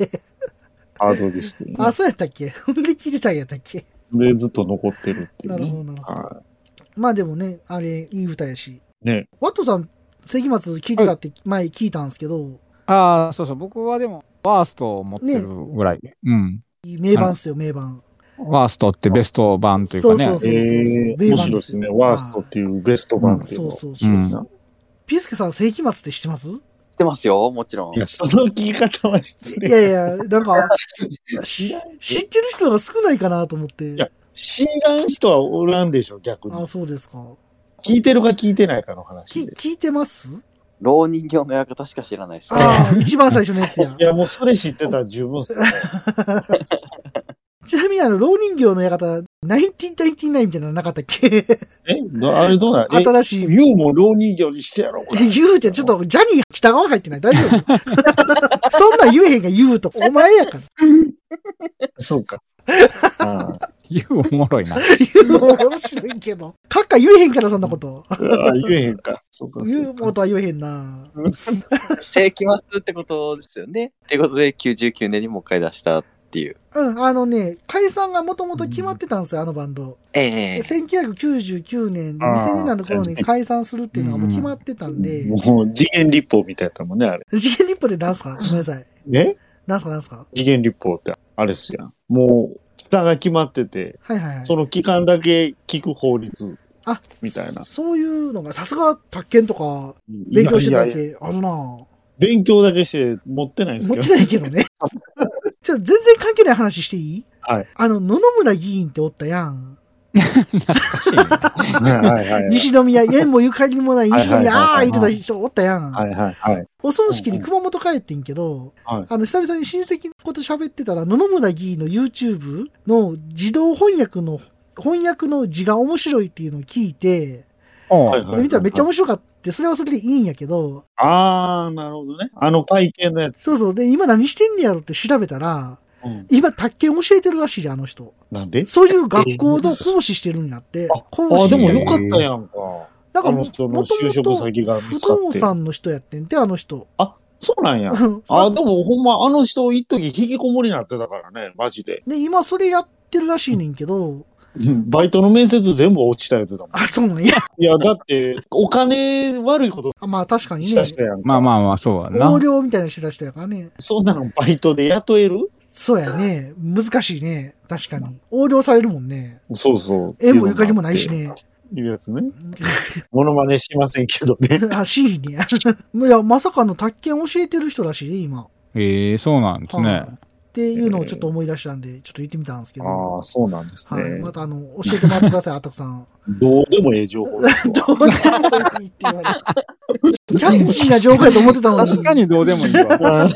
ハードディスクにねあ、そうやったっけ [laughs] ほんで聞いてたんやったっけで、ずっと残ってるっていなうるほね。ど、なるほど。はまあでもね、あれ、いい歌やし。い。ね、ワットさん、世紀末聞いてたって前聞いたんですけど、ああ、そうそう、僕はでも、ワーストを持ってるぐらい。うん。いい名盤っすよ、名盤。ワーストってベスト版というかそうね。そうそうそう。え名ー、盤面白いですね。ワーストっていうベスト版っていうのそうをそううそう。んピースケさん、世紀末って知ってますい知ってますよ、もちろんい。や、その聞き方は失礼。やいや、なん [laughs] か、し知ってる人が少ないかなと思って。や知らん人はおらんでしょ、逆にあ、。そうですか。聞いてるか聞いてないかのき話で。聞いてます老人形の館しか知らないですね。ああ、一番最初のやつやい。や、もうそれ知ってたら十分っす [laughs] よね。ちなみに、あの、老人形の館、1999みたいなのなかったっけえどあれどうなんえ新しい。ユウも老人形にしてやろう。これ言うて、ちょっと、ジャニー北川入ってない大丈夫そんなん言えへんが言うと、お前やから。 [laughs] そうか。あ言うおもろい [laughs] な。言うの面白いけど。かっか言えへんから、そんなこと。あー、言えへんか。そうか。言そううこかとは言えへんな。世紀末ってことですよね。っていうことで、99年にもう一回出したっていう。うん、あのね、解散がもともと決まってたんですよ、あのバンド。えでえ1999年であー2000年代の頃に解散するっていうのはもう決まってたんで、もう次元立法みたいだったもんね、あれ。次元立法でダンスかごめんなさい。えダンスかダンスか次元立法ってあれっすやん。もう、期間が決まってて、はいはいはい。その期間だけ聞く法律あみたいな。そういうのが、さすが宅建とか勉強してただいやいやけあるなぁ勉強だけして持ってないんです持けっどて。ないけど [laughs] ね。じゃあ全然関係ない話していいはい。あの、野々村議員っておったやん。はいはいはい西宮、縁もゆかりもない西はい宮、はいああはーいはい言ってた人おったやん。はいはいはい。お葬式に熊本帰ってんけど、はいあの、久々に親戚のこと喋ってたら、野々村議員の YouTube の自動翻訳の、翻訳の字が面白いっていうのを聞いて、おうはいはいで見たらめっちゃ面白かった。それはそれでいいんやけど、あー、なるほどね。あの会見のやつ。そうそう。で、今何してんねやろって調べたら、うん今、卓研教えてるらしいで、あの人。なんでそういう学校の講師してるんやって。講あ師ー、でもよかったやんか。なんかあものと人ものと就職先が見つ福かっ本て。さんの人やってんて、あの人。そうなんや。あ、あでもほんま、あの人、一時引きこもりになってたからね、マジで。 [laughs] で、今それやってるらしいねんけど、バイトの面接全部落ちたやつだもん。あ、そうなんや。いや、だって、お金悪いことあまあ確かにねした。人やんか。まあまあまあ、そうやな横。領みたいなのしてた人やからね。そんなのバイトで雇えるそうやね。難しいね。確かに。横領されるもんね。そうそう。縁もゆかりもないしね。いうやつね。モノマネしませんけどね。 [laughs] あ、シーンね。いや、まさかの宅建教えてる人らしいで、今。ええそうなんですねは。いっていうのをちょっと思い出したんで、ちょっと言ってみたんですけど、ああ、そうなんですはい、ね。またあの教えてもらってください、アタクさん。どうでもええ情報で [laughs] すわ。どうでもいいって言われてキャッチーな情報やと思ってたのに確、かにどうでもいいわ。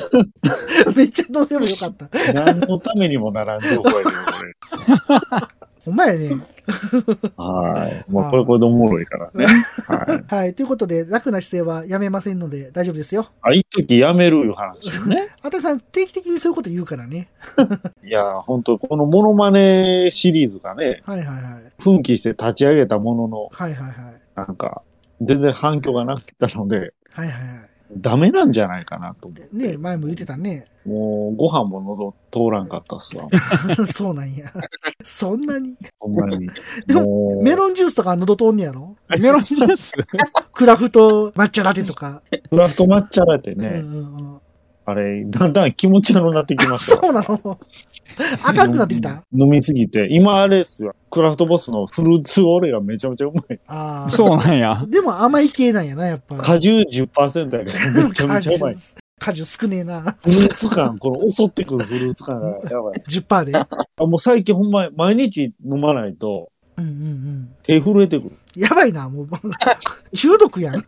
めっちゃどうでもよかった。何のためにもならん情報やけど、こほんまやね。れ。はい。まあ、これこれでおもろいからね。はい。はい。ということで、楽な姿勢はやめませんので大丈夫ですよ。あ、一時やめるいう話ね。アタクさん、定期的にそういうこと言うからね。いや、本当このモノマネシリーズがね、はいはいはい。奮起して立ち上げたものの、はいはいはい。なんか、全然反響がなかったので、はいはいはい。ダメなんじゃないかなと思って。ね前も言ってた [laughs] ね。もう、ご飯も喉通らんかったっ [laughs] すわ。そうなん [laughs] や。そんなに。ほんまに。でももうメロンジュースとか喉通んねやろメロンジュースクラフト抹茶ラテとか。クラフト抹茶ラテね、うんうんうんあれ、だんだん気持ち悪くなってきましたそ。うなの赤くなってきた飲みすぎて、今あれっすよ。クラフトボスのフルーツオレがめちゃめちゃうまい。ああ。そうなんや。でも甘い系なんやな、やっぱ。果汁10%やけど、めちゃめちゃうまい。果汁果汁少ねえな。フルーツ感、この襲ってくるフルーツ感がやばい。 10%で。 [laughs] あもう最近ほんま、毎日飲まないとうんうんうん。手震えてくる。やばいな、もう。 [laughs] 中毒やん。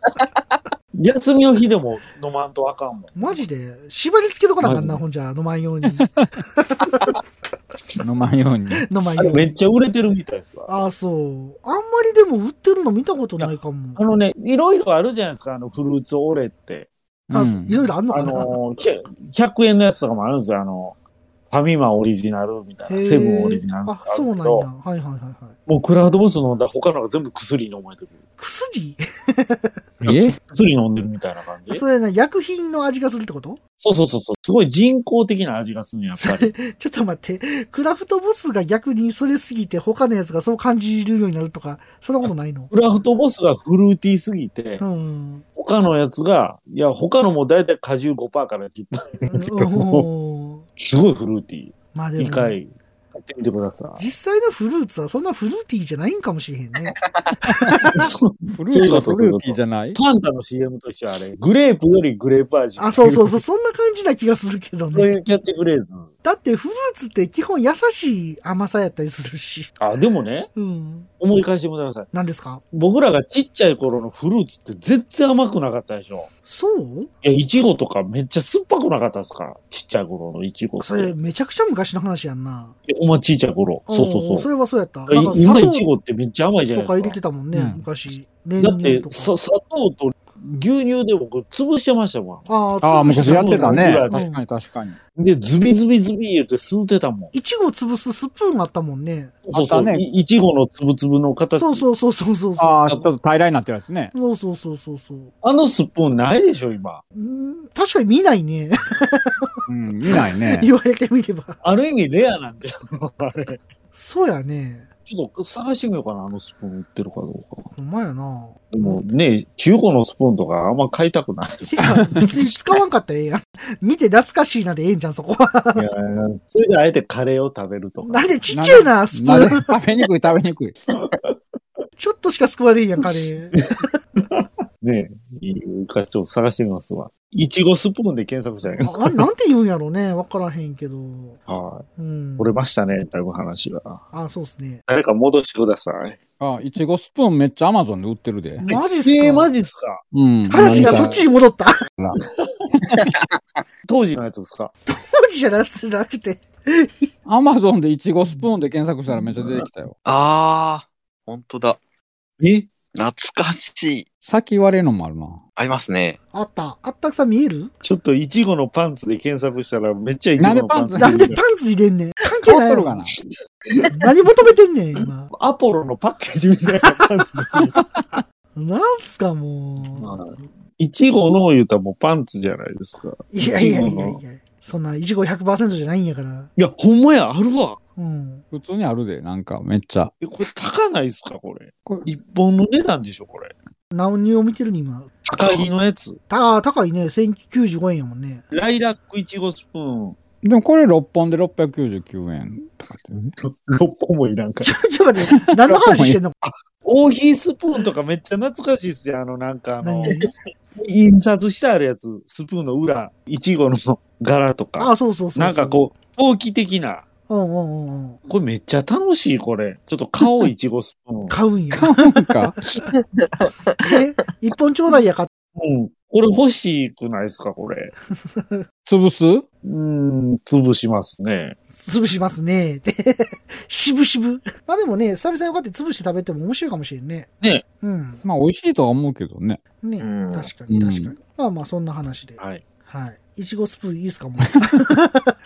休みの日でも飲まんとあかんもん。マジで。縛り付けとかなあかんな、マジでほんじゃ。飲まんように。飲まんように。飲まんよあれうに。めっちゃ売れてるみたいですわ。ああ、そう。あんまりでも売ってるの見たことないかもあ。のね、いろいろあるじゃないですか、あのフルーツオレって。あうんいろいろあんのかあな。の、き100円のやつとかもあるんですよ。あの、ファミマオリジナルみたいへな、えセブンオリジナルとかあ、あるそけうどなんや。はいはいはいはい。もうクラウドボス飲んだら他のが全部薬に思えてくる。薬え薬飲んでるみたいな感じ。 [laughs] それな、薬品の味がするってこと [laughs] そうそうそうそう。すごい人工的な味がするのやっぱり。ちょっと待って、クラフトボスが逆にそれすぎて他のやつがそう感じるようになるとか、そんなことない [laughs] のクラフトボスがフルーティーすぎてう、ん。他のやつが、いや、他のもだいたい果汁5%から10%。うんすごいフルーティまあー。で一も、回買ってみてください。実際のフルーツはそんなフルーティーじゃないんかもしれへんね。そうフルーツはフルーティーじゃない [laughs] パンダの CM としてはあれ、グレープよりグレープ味。あ、そうそうそう、そんな感じな気がするけどそうね。いうキャッチフレーズ。だってフルーツって基本優しい甘さやったりするし。あ、でもね、うん。思い返してもらいなさい。何ですか僕らがちっちゃい頃のフルーツって全然甘くなかったでしょ。そういや、いちごとかめっちゃ酸っぱくなかったですかちっちゃい頃のいちごって。それめちゃくちゃ昔の話やんな。いやほんまちっちゃい頃。そうそうそ。んそうれはそうやった。いなんか砂今糖いちごってめっちゃ甘いじゃなといか入でれすてか。たもんね、うん昔。練だって乳と、かさ砂糖と牛乳で僕潰してましたもあーああ、昔やってたね。うん確かに確かに。ん。で、ズビズビズビ言って吸うてたもん。いちご潰すスプーンあったもんね。そうそう。ねいいちごのつぶつぶの形。そうそうそうそうそうそう。ああ、ちょっと平らになってるやつね。そうそうそうそうそう。あのスプーンないでしょ、今。うん確かに見ないね。うん、見ないね。 [laughs] 言われてみれば。ある意味レアなんじゃん。あれ。そうやね。ちょっと探してみようかな、あのスプーン売ってるかどうか。ほんまやな。でもね、中古のスプーンとかあんま買いた [laughs] くない。いや、別に使わんかったらええやん。見て懐かしいなでええんじゃん、そこは。いやーそれであえてカレーを食べるとか。なんでちっちゃいな、スプなんーン。で食べにくい食べにくい。ちょっとしか救われんやん、 [laughs] カレー。ねえ、いうかちょっと探してみますわ。いちごスプーンで検索したい。 [laughs] ああれ、なんて言うんやろうね。わからへんけど。うはんい。。折れましたね、だいぶ話が。あ、そうっすね。誰か戻してください。ああ、いちごスプーンめっちゃアマゾンで売ってるで。マジっすか。ジですかうん。話がそっちに戻った。当時のやつですか当時じゃなくて。アマゾンでいちごスプーンで検索したらめっちゃ出てきたよ。ああ、本当だ。え懐かしい。先割れのもあるな。ありますね。あった。あったくさん見えるちょっといちごのパンツで検索したらめっちゃいちごなんでのパパンンツツな出んてでくパるンツ入れんねん。関係変なわっいとやるろかな。何求めてんねん、今。アポロのパッケージみたいなパンツ出てくる。なんすか、もいちごの言うたらもうパンツじゃないですか。う。いやいやいやいいや。そんな、いちご100%じゃないんやから。いや、ほんまや、あるわ。うん。普通にあるで、なんかめっちゃ。え、これ高ないですかこれ。これ一本の値段でしょこれ。何を見てるに今。高木のやつ。た、高いね。1095円やもん [laughs] ね。ライラックいちごスプーン。でもこれ6本で699円とかってね。 6本もいらんかちょ、ちょ、待って。何の話してんのコーヒースプーンとかめっちゃ懐かしいっすよ。あの、なんかあの何、印刷してあるやつ、スプーンの裏、いちごの柄とか、あ、そうそうそうそう。なんかこう、陶器的な、う。うんうんうんうん。これめっちゃ楽しい、これ。ちょっと顔いちごス [laughs] プーン。買うんや。なんか、 [laughs] え、一本ちょうだいやか。うん。これ欲しくないですか、これ。潰すうーん、潰しますね。潰しますね。で、 [laughs] しぶしぶ。まあでもね、久々にこうやって潰して食べても面白いかもしれんね。ね。うん。まあ、美味しいとは思うけどね。ね、うん確かに確かに。まあまあ、そんな話で。はい。はい。いちごスプーンいいっすかもう。 [laughs]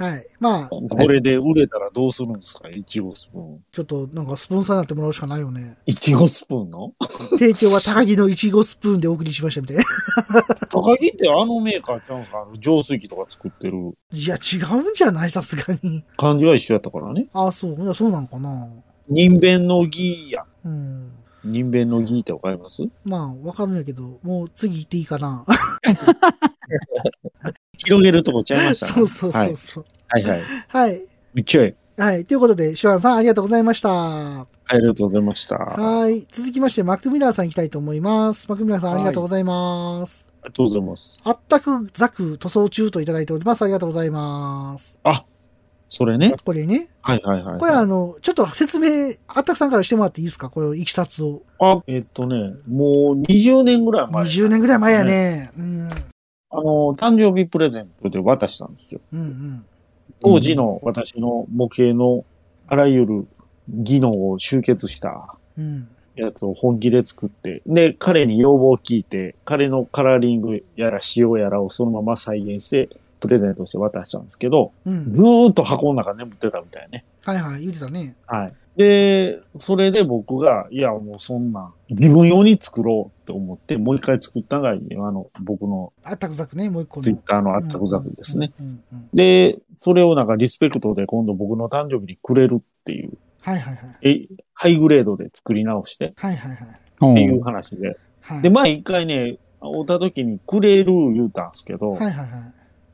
はい。まあ、これで売れたらどうするんですか、いちごスプーン。ちょっとなんかスポンサーになってもらうしかないよね。いちごスプーンの提供は高木のいちごスプーンでお送りしましたみたいな。高木ってあのメーカーちゃうんですかあの浄水器とか作ってるいや、違うんじゃないさすがに。感じは一緒やったからね。あ、そう。いや、そうなのかな。人弁の儀や。うん。人弁の儀ってわかりますまあ、わかるんやけど、もう次行っていいかな。広げるとこちゃいました [laughs] ね。そうそうそうそう。はいはいはい。はい。勢い。はい。ということで、シュワンさんありがとうございました。ありがとうございました。あはい。続きまして、マクミラーさん行きたいと思います。マクミラーさんありがとうございます。りがとうございます。あったくざく塗装中といただいております。ありがとうございます。それね。これね。はいはいはい。これあの、ちょっと説明、あったくさんからしてもらっていいですかこれ、いきさつを。あ、えっとね、もう20年ぐらい前。 20年ぐらい前やね。うん。あの、誕生日プレゼントで渡したんですよ。うんうん。当時の私の模型のあらゆる技能を集結したうん。やつを本気で作って、で、彼に要望を聞いて、彼のカラーリングやら仕様やらをそのまま再現して、プレゼントして渡したんですけど、うんず。ーっと箱の中眠ってたみたいね。はいはい、言ってたね。はい。で、それで僕が、いや、もうそんなん、自分用に作ろうって思って、もう一回作ったのが、今の僕のあったくざくね、もう一個の。ツイッターのああったくざくですね。。うんうんうん。で、それをなんかリスペクトで今度僕の誕生日にくれるっていう、はいはいはい。えハイグレードで作り直してっはいはいはい。うんていう話で。はい、で、前一回ね、会った時にくれる言うたんですけど、はいはいはい。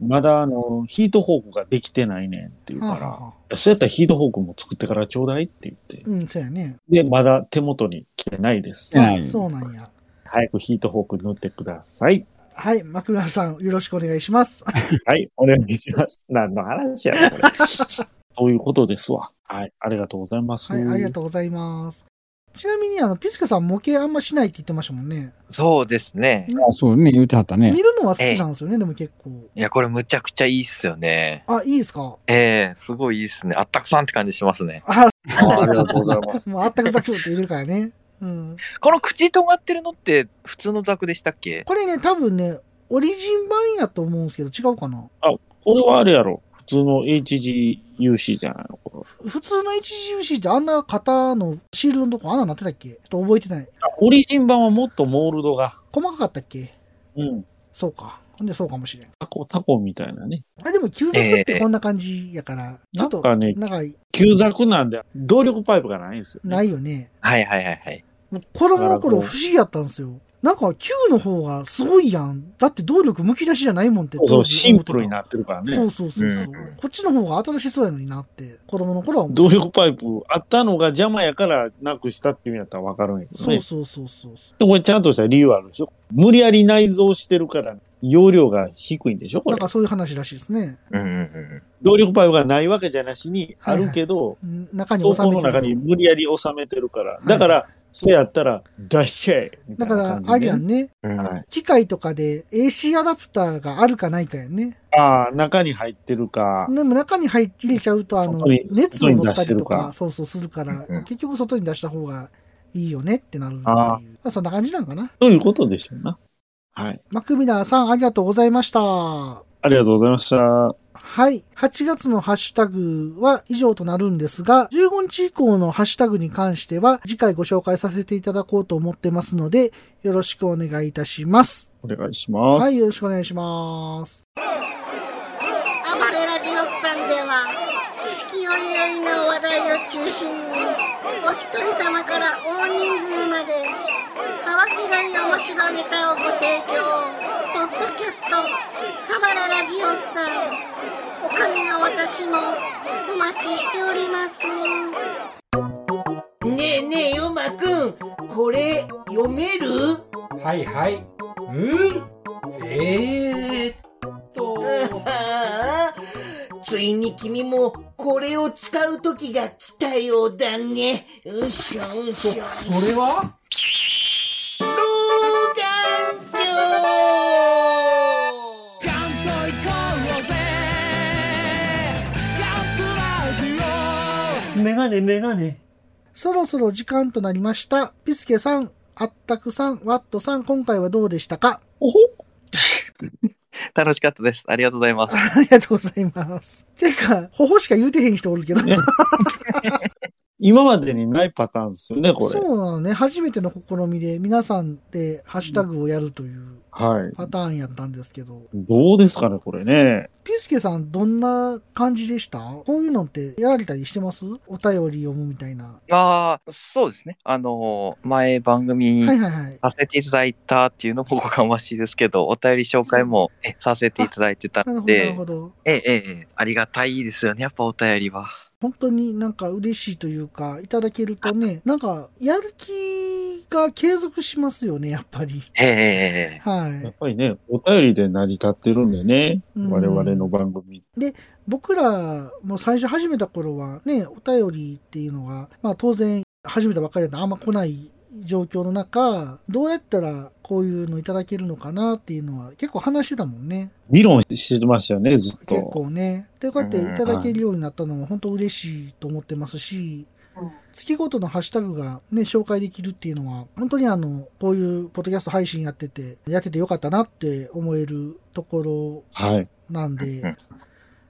まだあの、ヒートホークができてないねんって言うはあかはら、あはあそうやったらヒートホークも作ってからちょうだいって言って、うん、そうやね。で、まだ手元に来てないです。来てないあそうなんや。早くヒートホーク塗ってください。はい、マクラさん、よろしくお願いします。はい、お願いします。何の話やね [laughs] んこれ。そういうことですわ。はい、ありがとうございます。はい、ありがとうございます。ちなみに、あの、ピスケさん模型あんましないって言ってましたもんね。そうですね。あそうね、言うてはったね見。るのは好きなんですよね、でも結構。いや、これむちゃくちゃいいっすよね。あ、いいですかええすごいいいっすね。あったくさんって感じしますね。 [laughs] あ、あーありがとうございます。もうあったくざくって言うてるからね。うん。この口尖ってるのって普通のザクでしたっけこれね、多分ね、オリジン版やと思うんですけど、違うかなこれはあれやろ。普通の HGUC じゃないのこふれ普通の HGUC ってあんな型のシールのとこ穴なってたっけちょっと覚えてない。あオリジン版はもっとモールドが、細かかったっけうん、そうか。ほんで、そうかもしれん。タコ、タコみたいなね。あ、でも、旧作ってこんな感じやから、ちょっと、なんかねなんか、旧作なんで、動力パイプがないんですよ、ね。ないよね。はいはいはいはい。もう子供の頃なるほど不思議やったんですよ。なんか Q の方がすごいやん。だって動力むき出しじゃないもんってそうそう、シンプルになるってるからね。そうそうそうそう、うんこっちの方が新しそうやのになって、子供の頃は思う。動力パイプあったのが邪魔やからなくしたっていうんやったらわかるんやけどそね。うそうそうそうそでこれちゃんとした理由あるでしょ無理やり内蔵してるから容量が低いんでしょう。こなんれか。そういう話らしいですね。うんうんうん。動力パイプがないわけじゃなしにあるけど、ん中に装収甲めのて中るに無理やり収めてるから。いだから、それやったら、出しちゃえみただいかなら感、じあでれやんね。うんはい機械とかで AC アダプターがあるかないかやんね。ああ、中に入ってるか。でも中に入れちゃうと、あの外に、熱を持ったり外に出してとるか、かそうそうするから、うんうん結局外に出した方がいいよねってなるっていう。あーまあ、そんな感じなんかな。ということでしょうな。はい。マクミラーさん、ありがとうございました。はありがとうございました。い。8月のハッシュタグは以上となるんですが、15日以降のハッシュタグに関しては、次回ご紹介させていただこうと思ってますので、よろしくお願いいたします。お願いします。はい、よろしくお願いします。暴れラジオスさんでは四季折々の話題を中心にお一人様から大人数まで幅広い面白ネタをご提供ポッドキャスト「暴れラジオスさん」おかみの私もお待ちしておりますねえねえ、ヨマくん、これ、読めるはいはい。うんえーっと。 [laughs] ついに君もこれを使う時が来たようだね。うっしょうっしょ。それは老眼鏡メガネメガネ。そろそろ時間となりました。ピスケさん、あったくさん、ワットさん、今回はどうでしたかおほ楽しかったです。ありがとうございます。ありがとうございます。てか、ほほしか言うてへん人おるけど。今までにないパターンですよね、これ。そうなのね。初めての試みで皆さんでハッシュタグをやるというはい。パターンやったんですけど、どうですかね、これね。ピスケさんどんな感じでしたこういうのってやられたりしてますお便り読むみたいな。ああ、そうですね。あのー、前番組はいはいはいさせていただいたっていうのもおこがましいですけど、お便り紹介もえさせていただいてたなるのほど、なでる、ほど。ええええええ、ありがたいですよね、やっぱお便りは。本当になんか嬉しいというか、いただけるとね、なんかやる気が継続しますよね、やっぱり。ええええええ。はい。やっぱりね、お便りで成り立ってるんでね、うん我々の番組。で僕らも最初始めた頃はねお便りっていうのが、まあ、当然始めたばっかりだったらあんま来ない状況の中どうやったらこういうのいただけるのかなっていうのは結構話してたもんね議論してましたよね、ずっ結と。構ねでこうやってういんただけるようになったのも本当嬉しいと思ってますし、月ごとのハッシュタグがね紹介できるっていうのは本当にあのこういうポッドキャスト配信やっててやっててよかったなって思えるとこはい。ろなんで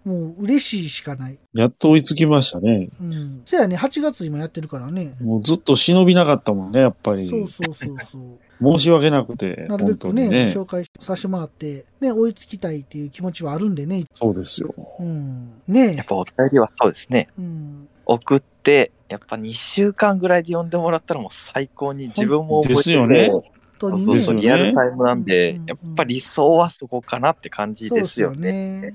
もう嬉しいしかないやっと追いつきましたね。うん。そやね、8月今やってるからね。もうずっと忍びなかったもんね、やっぱり。そうそうそうそう。申し訳なくて、なるべ本く当ねにね。紹介させてもらって、ね、追いつきたいっていう気持ちはあるんでね。そうですよ。うん。ねやっぱお便りはそうですね。うん。送って、やっぱ2週間ぐらいで読んでもらったらもう最高に自分も覚えててですよね本当にねそうそうでリすよアねルタイムなんで、やっぱ理想はそこかなって感じですよね。ね。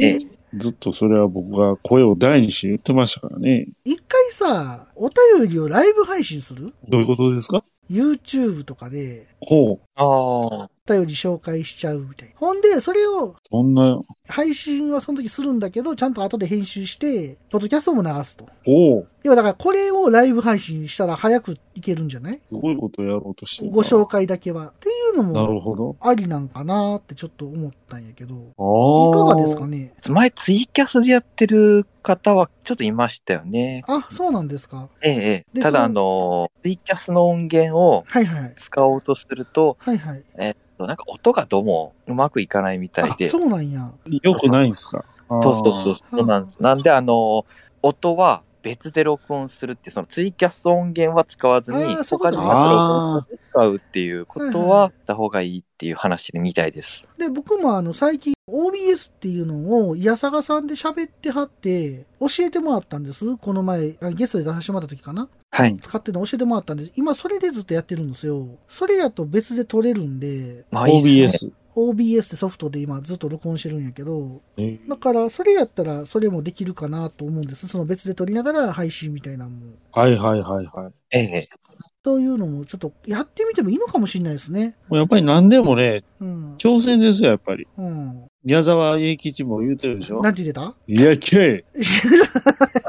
ええねずっとそれは僕が声を大にして言ってましたからね。一回さ、お便りをライブ配信するどういうことですか ?YouTube とかで、ほう。ああ。お便り紹介しちゃうみたいな。ほんで、それをそんな、配信はその時するんだけど、ちゃんと後で編集して、ポッドキャストも流すと。おう。要はだからこれをライブ配信したら早くいけるんじゃないすごいことやろうとしてるなご紹介だけは。っていうのも、なるほど。ありなんかなーってちょっと思ったんやけど、あいあ。かがですかね前ツイキャスでやってる方はちょっといましたよね。あ、そうなんですかええええ、でただあその、ツイキャスの音源をはいはい。使おうとすると、はいはい。えっと、なんか音がどうもうまくいかないみたいあ、で。そうなんや。よくないんすかそうそうそう、そうなんです。なんで、あの、音は別で録音するって、そのツイキャス音源は使わずに、あーそういうこ他とのね録音で使うっていうことはいはは、した方がいいっていう話みたいです。で、僕もあの、最近 OBS っていうのを、矢坂さんで喋ってはって、教えてもらったんです。この前、あゲストで出させてもらった時かなはい。使ってるの教えてもらったんです。今、それでずっとやってるんですよ。それやと別で撮れるんで、まあいいです OBS。 OBS ってソフトで今ずっと録音してるんやけど、えだから、それやったら、それもできるかなと思うんです。その別で撮りながら配信みたいなのも。はいはいはいはい。ええ。そういうのも、ちょっとやってみてもいいのかもしれないですね。もうやっぱり何でもね、うん。挑戦ですよ、やっぱり。うん。矢沢永吉も言うてるでしょなんて言って [laughs] たいや、け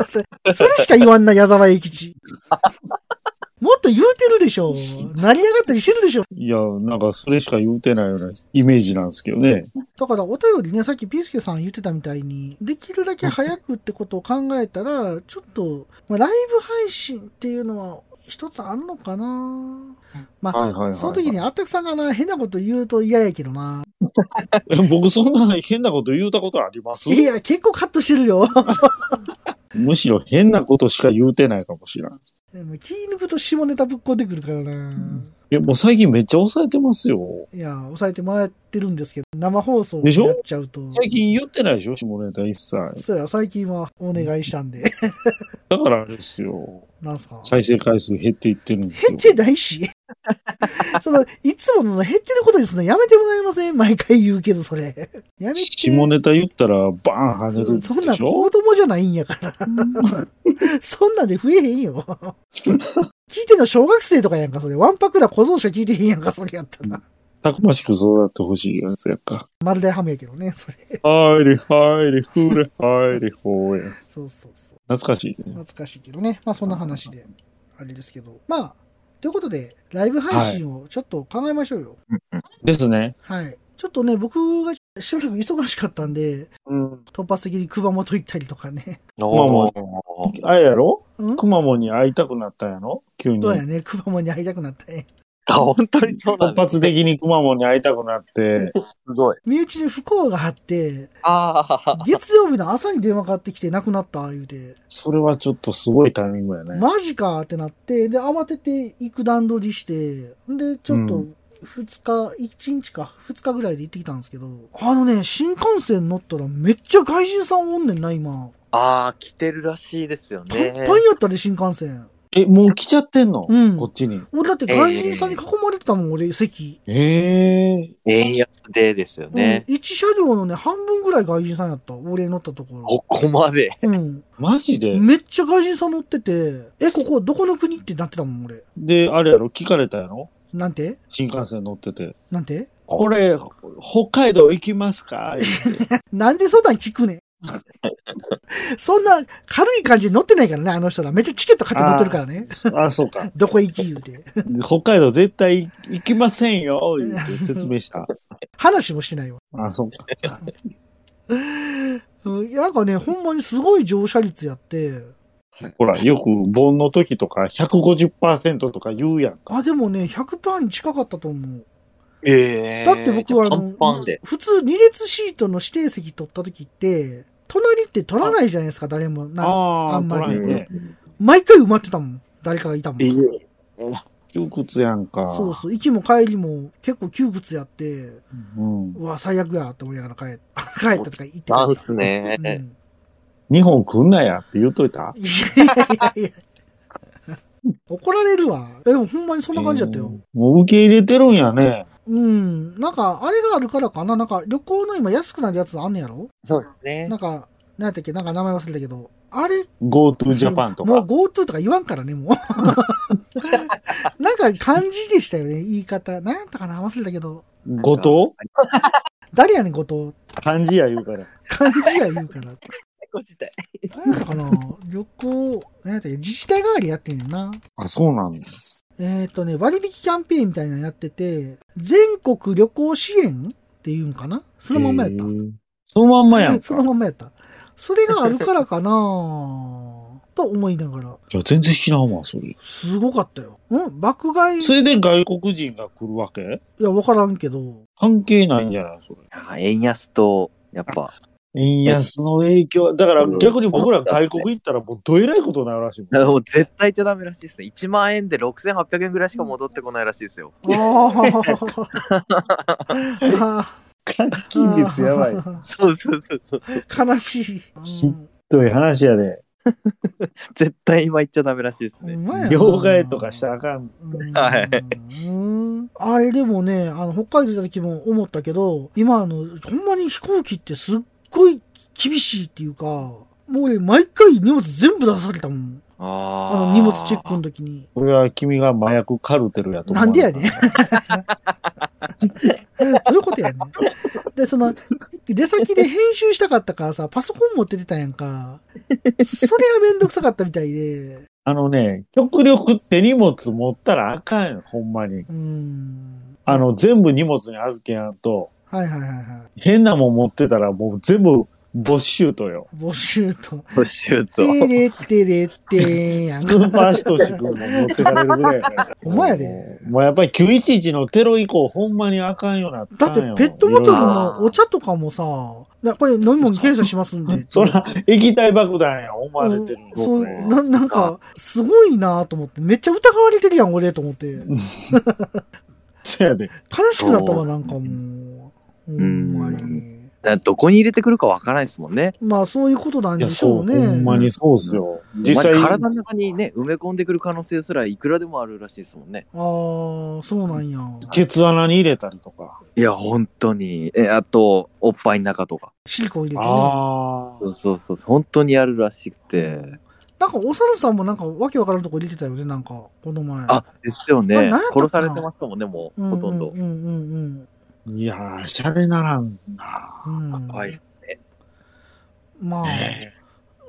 それそれしか言わんな、矢沢永吉。 [laughs] もっと言うてるでしょ。成り上がったりしてるでしょ。いや、なんかそれしか言うてないようなイメージなんですけどね。だから、お便りね、さっきピースケさん言ってたみたいに、できるだけ早くってことを考えたら、ちょっと、まあ、ライブ配信っていうのは、一つあんのかなまあ、はいはいはいはいその時にあったくさんがな、変なこと言うと嫌やけどな。 [laughs] 僕そんな変なこと言うたことありますいや、結構カットしてるよ。むしろ変なことしか言うてないかもしれない。でも気抜くと下ネタぶっこんでくるからな。いや、もう最近めっちゃ抑えてますよ。いや、抑えてもらってるんですけど、生放送でしょやっちゃうと。最近言ってないでしょ下ネタ一切。そうや、最近はお願いしたんで。だからあれですよ。なんすか再生回数減っていってるんです減よっ。てないし。 [laughs] その、いつものその減ってることですね。やめてもらえません毎回言うけど、それ。やめて。下ネタ言ったらバーン跳ねるそんでなんしょ子供じゃないんやから。 [laughs] そんなんで増えへんよ。聞いてんの小学生とかやんか、それ。わんぱくな小僧しか聞いてへんやんか、それやったら。たくましく育ってほしいやつやか。まるでハムやけどね、それ。はいりはいりふれはいりほうや。そうそうそう。懐かしいね。懐かしいけどね。まあそんな話で、あれですけど。まあ、ということで、ライブ配信をちょっと考えましょうよ。ですね。はい。ちょっとね、僕がしばらく忙しかったんで、突発的に熊本行ったりとかね。熊本。あれやろうん熊本に会いたくなったんやろ急に。そうやね、熊本に会いたくなったね。あ、本当にそう突発的に熊本に会いたくな [laughs] って。すごい。身内に不幸があって、ああ。月曜日の朝に電話かかってきて亡くなった言うて、それはちょっとすごいタイミングやね。マジかってなって、で、慌てて行く段取りして、で、ちょっうとん2日、1日か、2日ぐらいで行ってきたんですけど、あのね、新幹線乗ったらめっちゃ外人さんおんねんな、今。ああ、来てるらしいですよパンね。パンやったで、新幹線。え、もう来ちゃってんのうん。こっちに。俺だって外人さんに囲まれてたもん、俺、席。ええ円安でですよね。うん、1車両のね、半分ぐらい外人さんやった。俺乗ったところ。ここまで。うん。マジでめっちゃ外人さん乗ってて、え、ここどこの国ってなってたもん、俺。で、あれやろ聞かれたやろなんて新幹線乗ってて。なんてこれ、北海道行きますかなんでそんなん聞 [laughs] くねん。そんな軽い感じで乗ってないからね、あの人ら。めっちゃチケット買って乗ってるからね。 [laughs] ああ、そうか。どこ行き言うて。北海道絶対行きませんよ、言って説明した。話もしてないわ。あ、そうか。うんいやなんかね、ほんまにすごい乗車率やって。ほら、よく盆の時とか150%とか言うやん。あ、でもね、100%に近かったと思う。えだって僕はあのパンパンで、普通2列シートの指定席取った時って、隣って取らないじゃないですか、誰も。なあーあんまり取らないね。毎回埋まってたもん。誰かがいたもん。窮屈やんか。そうそう。行きも帰りも結構窮屈やって、うん。うわ、最悪やって思いながら帰っ [laughs] 帰ったとか言ってなんすね。日本来んなやって言うといた怒られるわ。え、でもほんまにそんな感じだったよ。もう受け入れてるんやね。うん。なんか、あれがあるからかな。なんか、旅行の今安くなるやつあんねやろそうですね。なんか、なんやったっけなんか名前忘れたけど。あれ GoTo ジャパンともうか。 GoTo とか言わんからね、もう。 [laughs] なんか漢字でしたよね、言い方。なんやったかな忘れたけど。後誰やねん、後藤。藤漢字や言うから。漢字や言うから。なんやったかな旅行、なんやったっけ自治体代わりやってんよな。あ、そうなんだ。えっ、とね、割引キャンペーンみたいなのやってて、全国旅行支援っていうんかなそのまんまやった。そのまんまやん [laughs] そのまんまやった。それがあるからかな [laughs] と思いながら。いや、全然知らんわ、それ。すごかったよ。うん爆買い、それで外国人が来るわけいや、わからんけ [laughs] ど。関係ないんじゃないそれ。あ円安と、やっ [laughs] ぱ。円安の影響、だから逆に僕ら外国行ったらもうどえらいことになるらしいもん。もう絶対行っちゃダメらしいですね。1万円で6800円ぐらいしか戻ってこないらしいですよ。金率や [laughs] ばい。そうそうそうそう。 [laughs] 悲しい。 [laughs] どういう話やで。絶対今行っちゃダメらしいですね。両替とかしたらあかん。はい。うんあれでもね、あの、北海道行った時も思ったけど、今あの、ほんまに飛行機ってすっごい厳しいっていうか、もう俺毎回荷物全部出されたもん。あの、荷物チェックの時に。これは君が麻薬カルテルやと思なう。んでやねん。ど [laughs] ういうことやねん。で、その、出先で編集したかったからさ、パソコン持って出たやんか。それがめんどくさかったみたいで。あのね、極力手荷物持ったらあかんよ、ほんまに。あの、全部荷物に預けやんと、はいはいはいは変なもん持ってたらもう全部没収とよ。い。募集と。没収てれってれってー [laughs] やん。スーパーシトシ君も持ってかれるぐらいやから。 [laughs] お前やで。もうやっぱり911のテロ以降、ほんまにあかんようになっただんっよてペットボトルいろいろのお茶とかもさ、なこれ飲み物検査しますんで。そら、液体爆弾や、思われてる。そう、ななんか、すごいなと思って。めっちゃ疑われてるやん、俺、と思って。そやで。悲しくなったわ、なんかもう。うん。どこに入れてくるかわからないですもんね。まあ、そういうことなんでしょうね。にそうっすよ。実実際際体の中にね、埋め込んでくる可能性すらいくらでもあるらしいですもんね。ああ、そうなんや。ケツ穴に入れたりとか。いや、本当に。え、あと、おっぱいの中とか。シリコン入れてね。ああ。そうそうそう。本当にやるらしくて。なんか、お猿さんもなんか、わけわからんとこ入れてたよね、なんか、この前。あ、ですよあ何やねった。かな殺されてましたもんね、もう、うんほとんど。うんうんうん。いやー、しゃれならんうん、怖いですね。まあ、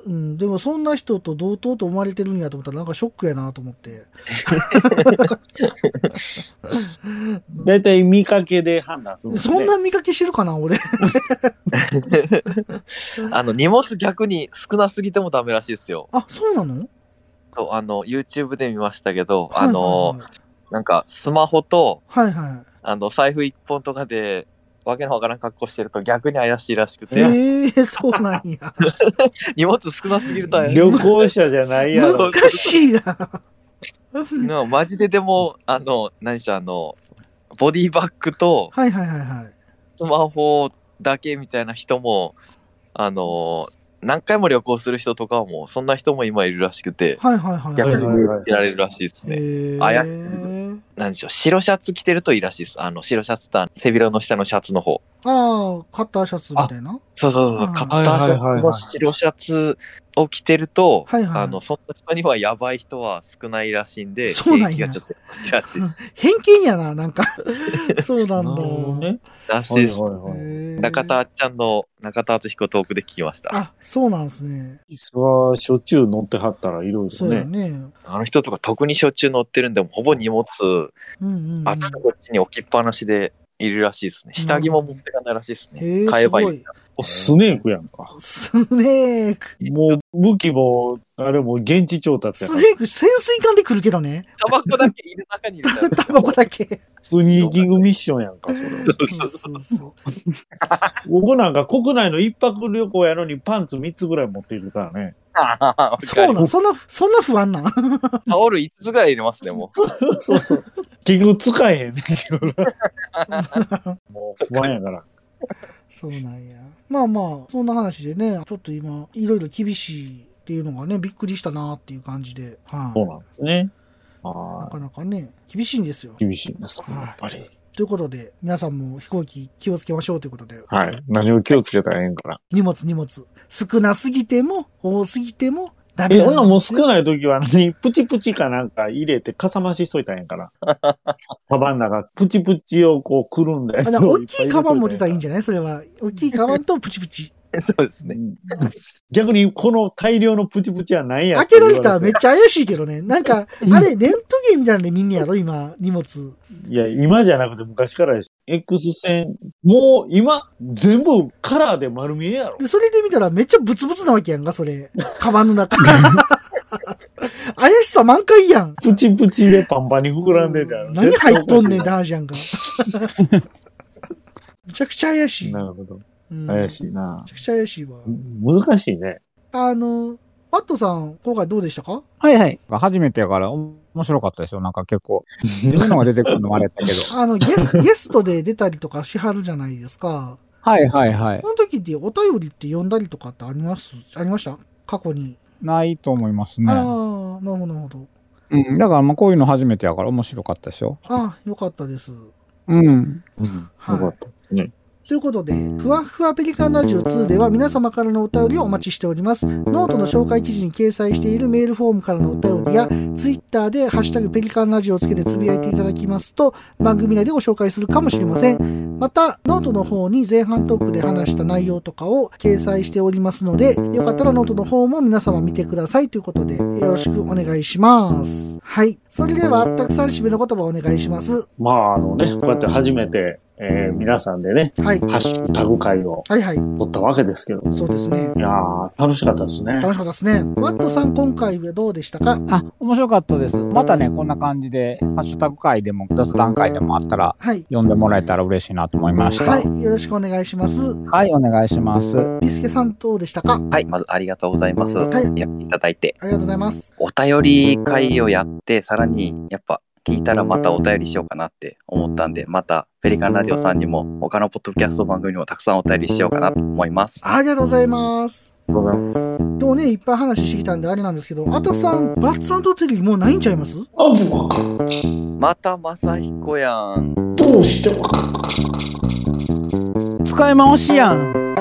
うん、でもそんな人と同等と思われてるんやと思ったらなんかショックやなと思って。だいたい見かけで判断するですねそんな見かけしてるかな、俺。 [laughs] あの、荷物逆に少なすぎてもダメらしいですよ。あ、そうなのそうあの、YouTube で見ましたけど、はいはあいの、なんか、スマホと、はいはあの、財布一本とかで、わけのわからん格好してると逆に怪しいらしくい。えて、えー、そうなんや。荷物少なすぎると怪しい旅行者じゃないやろ。難しいな。なマジででも、あの、何しろあの、ボディバッグと [laughs] はいはいはいはい。スマホだけみたいな人も、あの、何回も旅行する人とかはもう、そんな人も今いるらしくて、はいはいはい。逆に見つけられるらしいですね。怪しいーなんでしょう、白シャツ着てるといいらしいです。あの、白シャツとあの背広の下のシャツの方。ああ、カッターシャツみたいな。そうそうそう、カッターシャツの白シャツを着てると、あの、その人にはやばい人は少ないらしいんで、そうなんや兵役がちょっと少ないらしいです。偏見やな、なんか。そうなんだ。らしいです。中田あっちゃんの中田敦彦トークで聞きました。あ、そうなんですね。椅子はしょっちゅう乗ってはったらいろいそろうやね。ね。あの人とか特にしょっちゅう乗ってるんで、ほぼ荷物、うんうん、あっちとこっちに置きっぱなしでいるらしいですね。下着も持ってかないらしいですへね。ー買えばいい。スネークやんか。スネーク。もう武器も、あれも現地調達やスから。ネーク、潜水艦で来るけどね。タバコだけいる中にいる [laughs] から。タバコだけ。スニーキングミッションやんか、それ。そうそう。僕なんか国内の一泊旅行やのにパンツ3つぐらい持っているからね。そうなん、そんな、そんな不安なん。タオル5つぐらい入れますね、もう。そうそう。結局使えへんねんけど [laughs] な。もう不安やから。そうなんや。まあまあ、そんな話でね、ちょっと今、いろいろ厳しいっていうのがね、びっくりしたなっていう感じで、はい、そうなんですね。なかなかね、厳しいんですよ。厳しいです、やっぱり。ということで、皆さんも飛行機気をつけましょうということで、はい。何を気をつけたらええんかな。荷物荷物、少なすぎても、多すぎても、ダメえ、だほんならもう少ない時は何プチプチかなんか入れてかさ増ししといたんや [laughs] んから。カバンの中、プチプチをこうくるんだやあつだからを大いっきぱいい入れとたんやんカバン持ってたらいいんじゃないそれは。大きいカバンとプチプチ。 [laughs] そうですね。逆にこの大量のプチプチは何や開けられたらめっちゃ怪しいけど [laughs] ね。なんか、あれ、レントゲンみたいなんで見んねやろ今、荷物。いや、今じゃなくて昔からでしょ。X 線、もう今、全部カラーで丸見えやろ。で、それで見たらめっちゃブツブツなわけやんか、それ。カバンの [laughs] 中。怪しさ満開やん。プチプチでパンパンに膨らんでたやろ。何入っとんねんってだ。話やんか。めちゃくちゃ怪しい。なるほど。うん怪めしいなち。ゃくちゃ怪しいわ。難しいね。あの、ワットさん、今回どうでしたかはいはい。初めてやから面白かったですよ。なんか結構。自分のが出てくるのもあれや [laughs] ったけど。あの、ゲ [laughs] ス、ゲストで出たりとかしはるじゃないですか。はいはいはいこ。の時ってお便りって読んだりとかってありますありました過去に。ないと思いますね。ああ、なるほど、なるほど。うん。だからまあこういうの初めてやから面白かったですよ。ああ、よかったです。うん。はい。ですね。ということで、ふわふわペリカンラジオ2では皆様からのお便りをお待ちしております。ノートの紹介記事に掲載しているメールフォームからのお便りや、ツイッターでハッシュタグペリカンラジオをつけてつぶやいていただきますと、番組内でご紹介するかもしれません。また、ノートの方に前半トークで話した内容とかを掲載しておりますので、よかったらノートの方も皆様見てくださいということで、よろしくお願いします。はい。それでは、たくさん締めの言葉をお願いします。まあ、あのね、こうやって初めて、えー皆さんでね、はいハッシュタグ会をはいはい。撮ったわけですけど。そうですね。いやー、楽しかったですね。楽しかったですね。ワットさん、今回はどうでしたかあ、面白かったです。またね、こんな感じで、ハッシュタグ会でも雑談会でもあったら、はい読んでもらえたら嬉しいなと思いました。は、はいい、よろしくお願いします。お願いします。ビスケさん、どうでしたかあはい、まずありがとうございます。はいやっていただいて。りがとうございます。お便り会をやって、さらに、やっぱ、聞いたらまたお便りしようかなって思ったんで、また、ペリカンラジオさんにも、他のポッドキャスト番組にもたくさんお便りしようかなと思います。ありがとうございます。ありがとうございます。今日ね、いっぱい話してきたんであれなんですけど、ワットさん、バッツアンドテリーもうないんちゃいますあずまか、また、まさひこやん。どうしてもか。使い回しやん。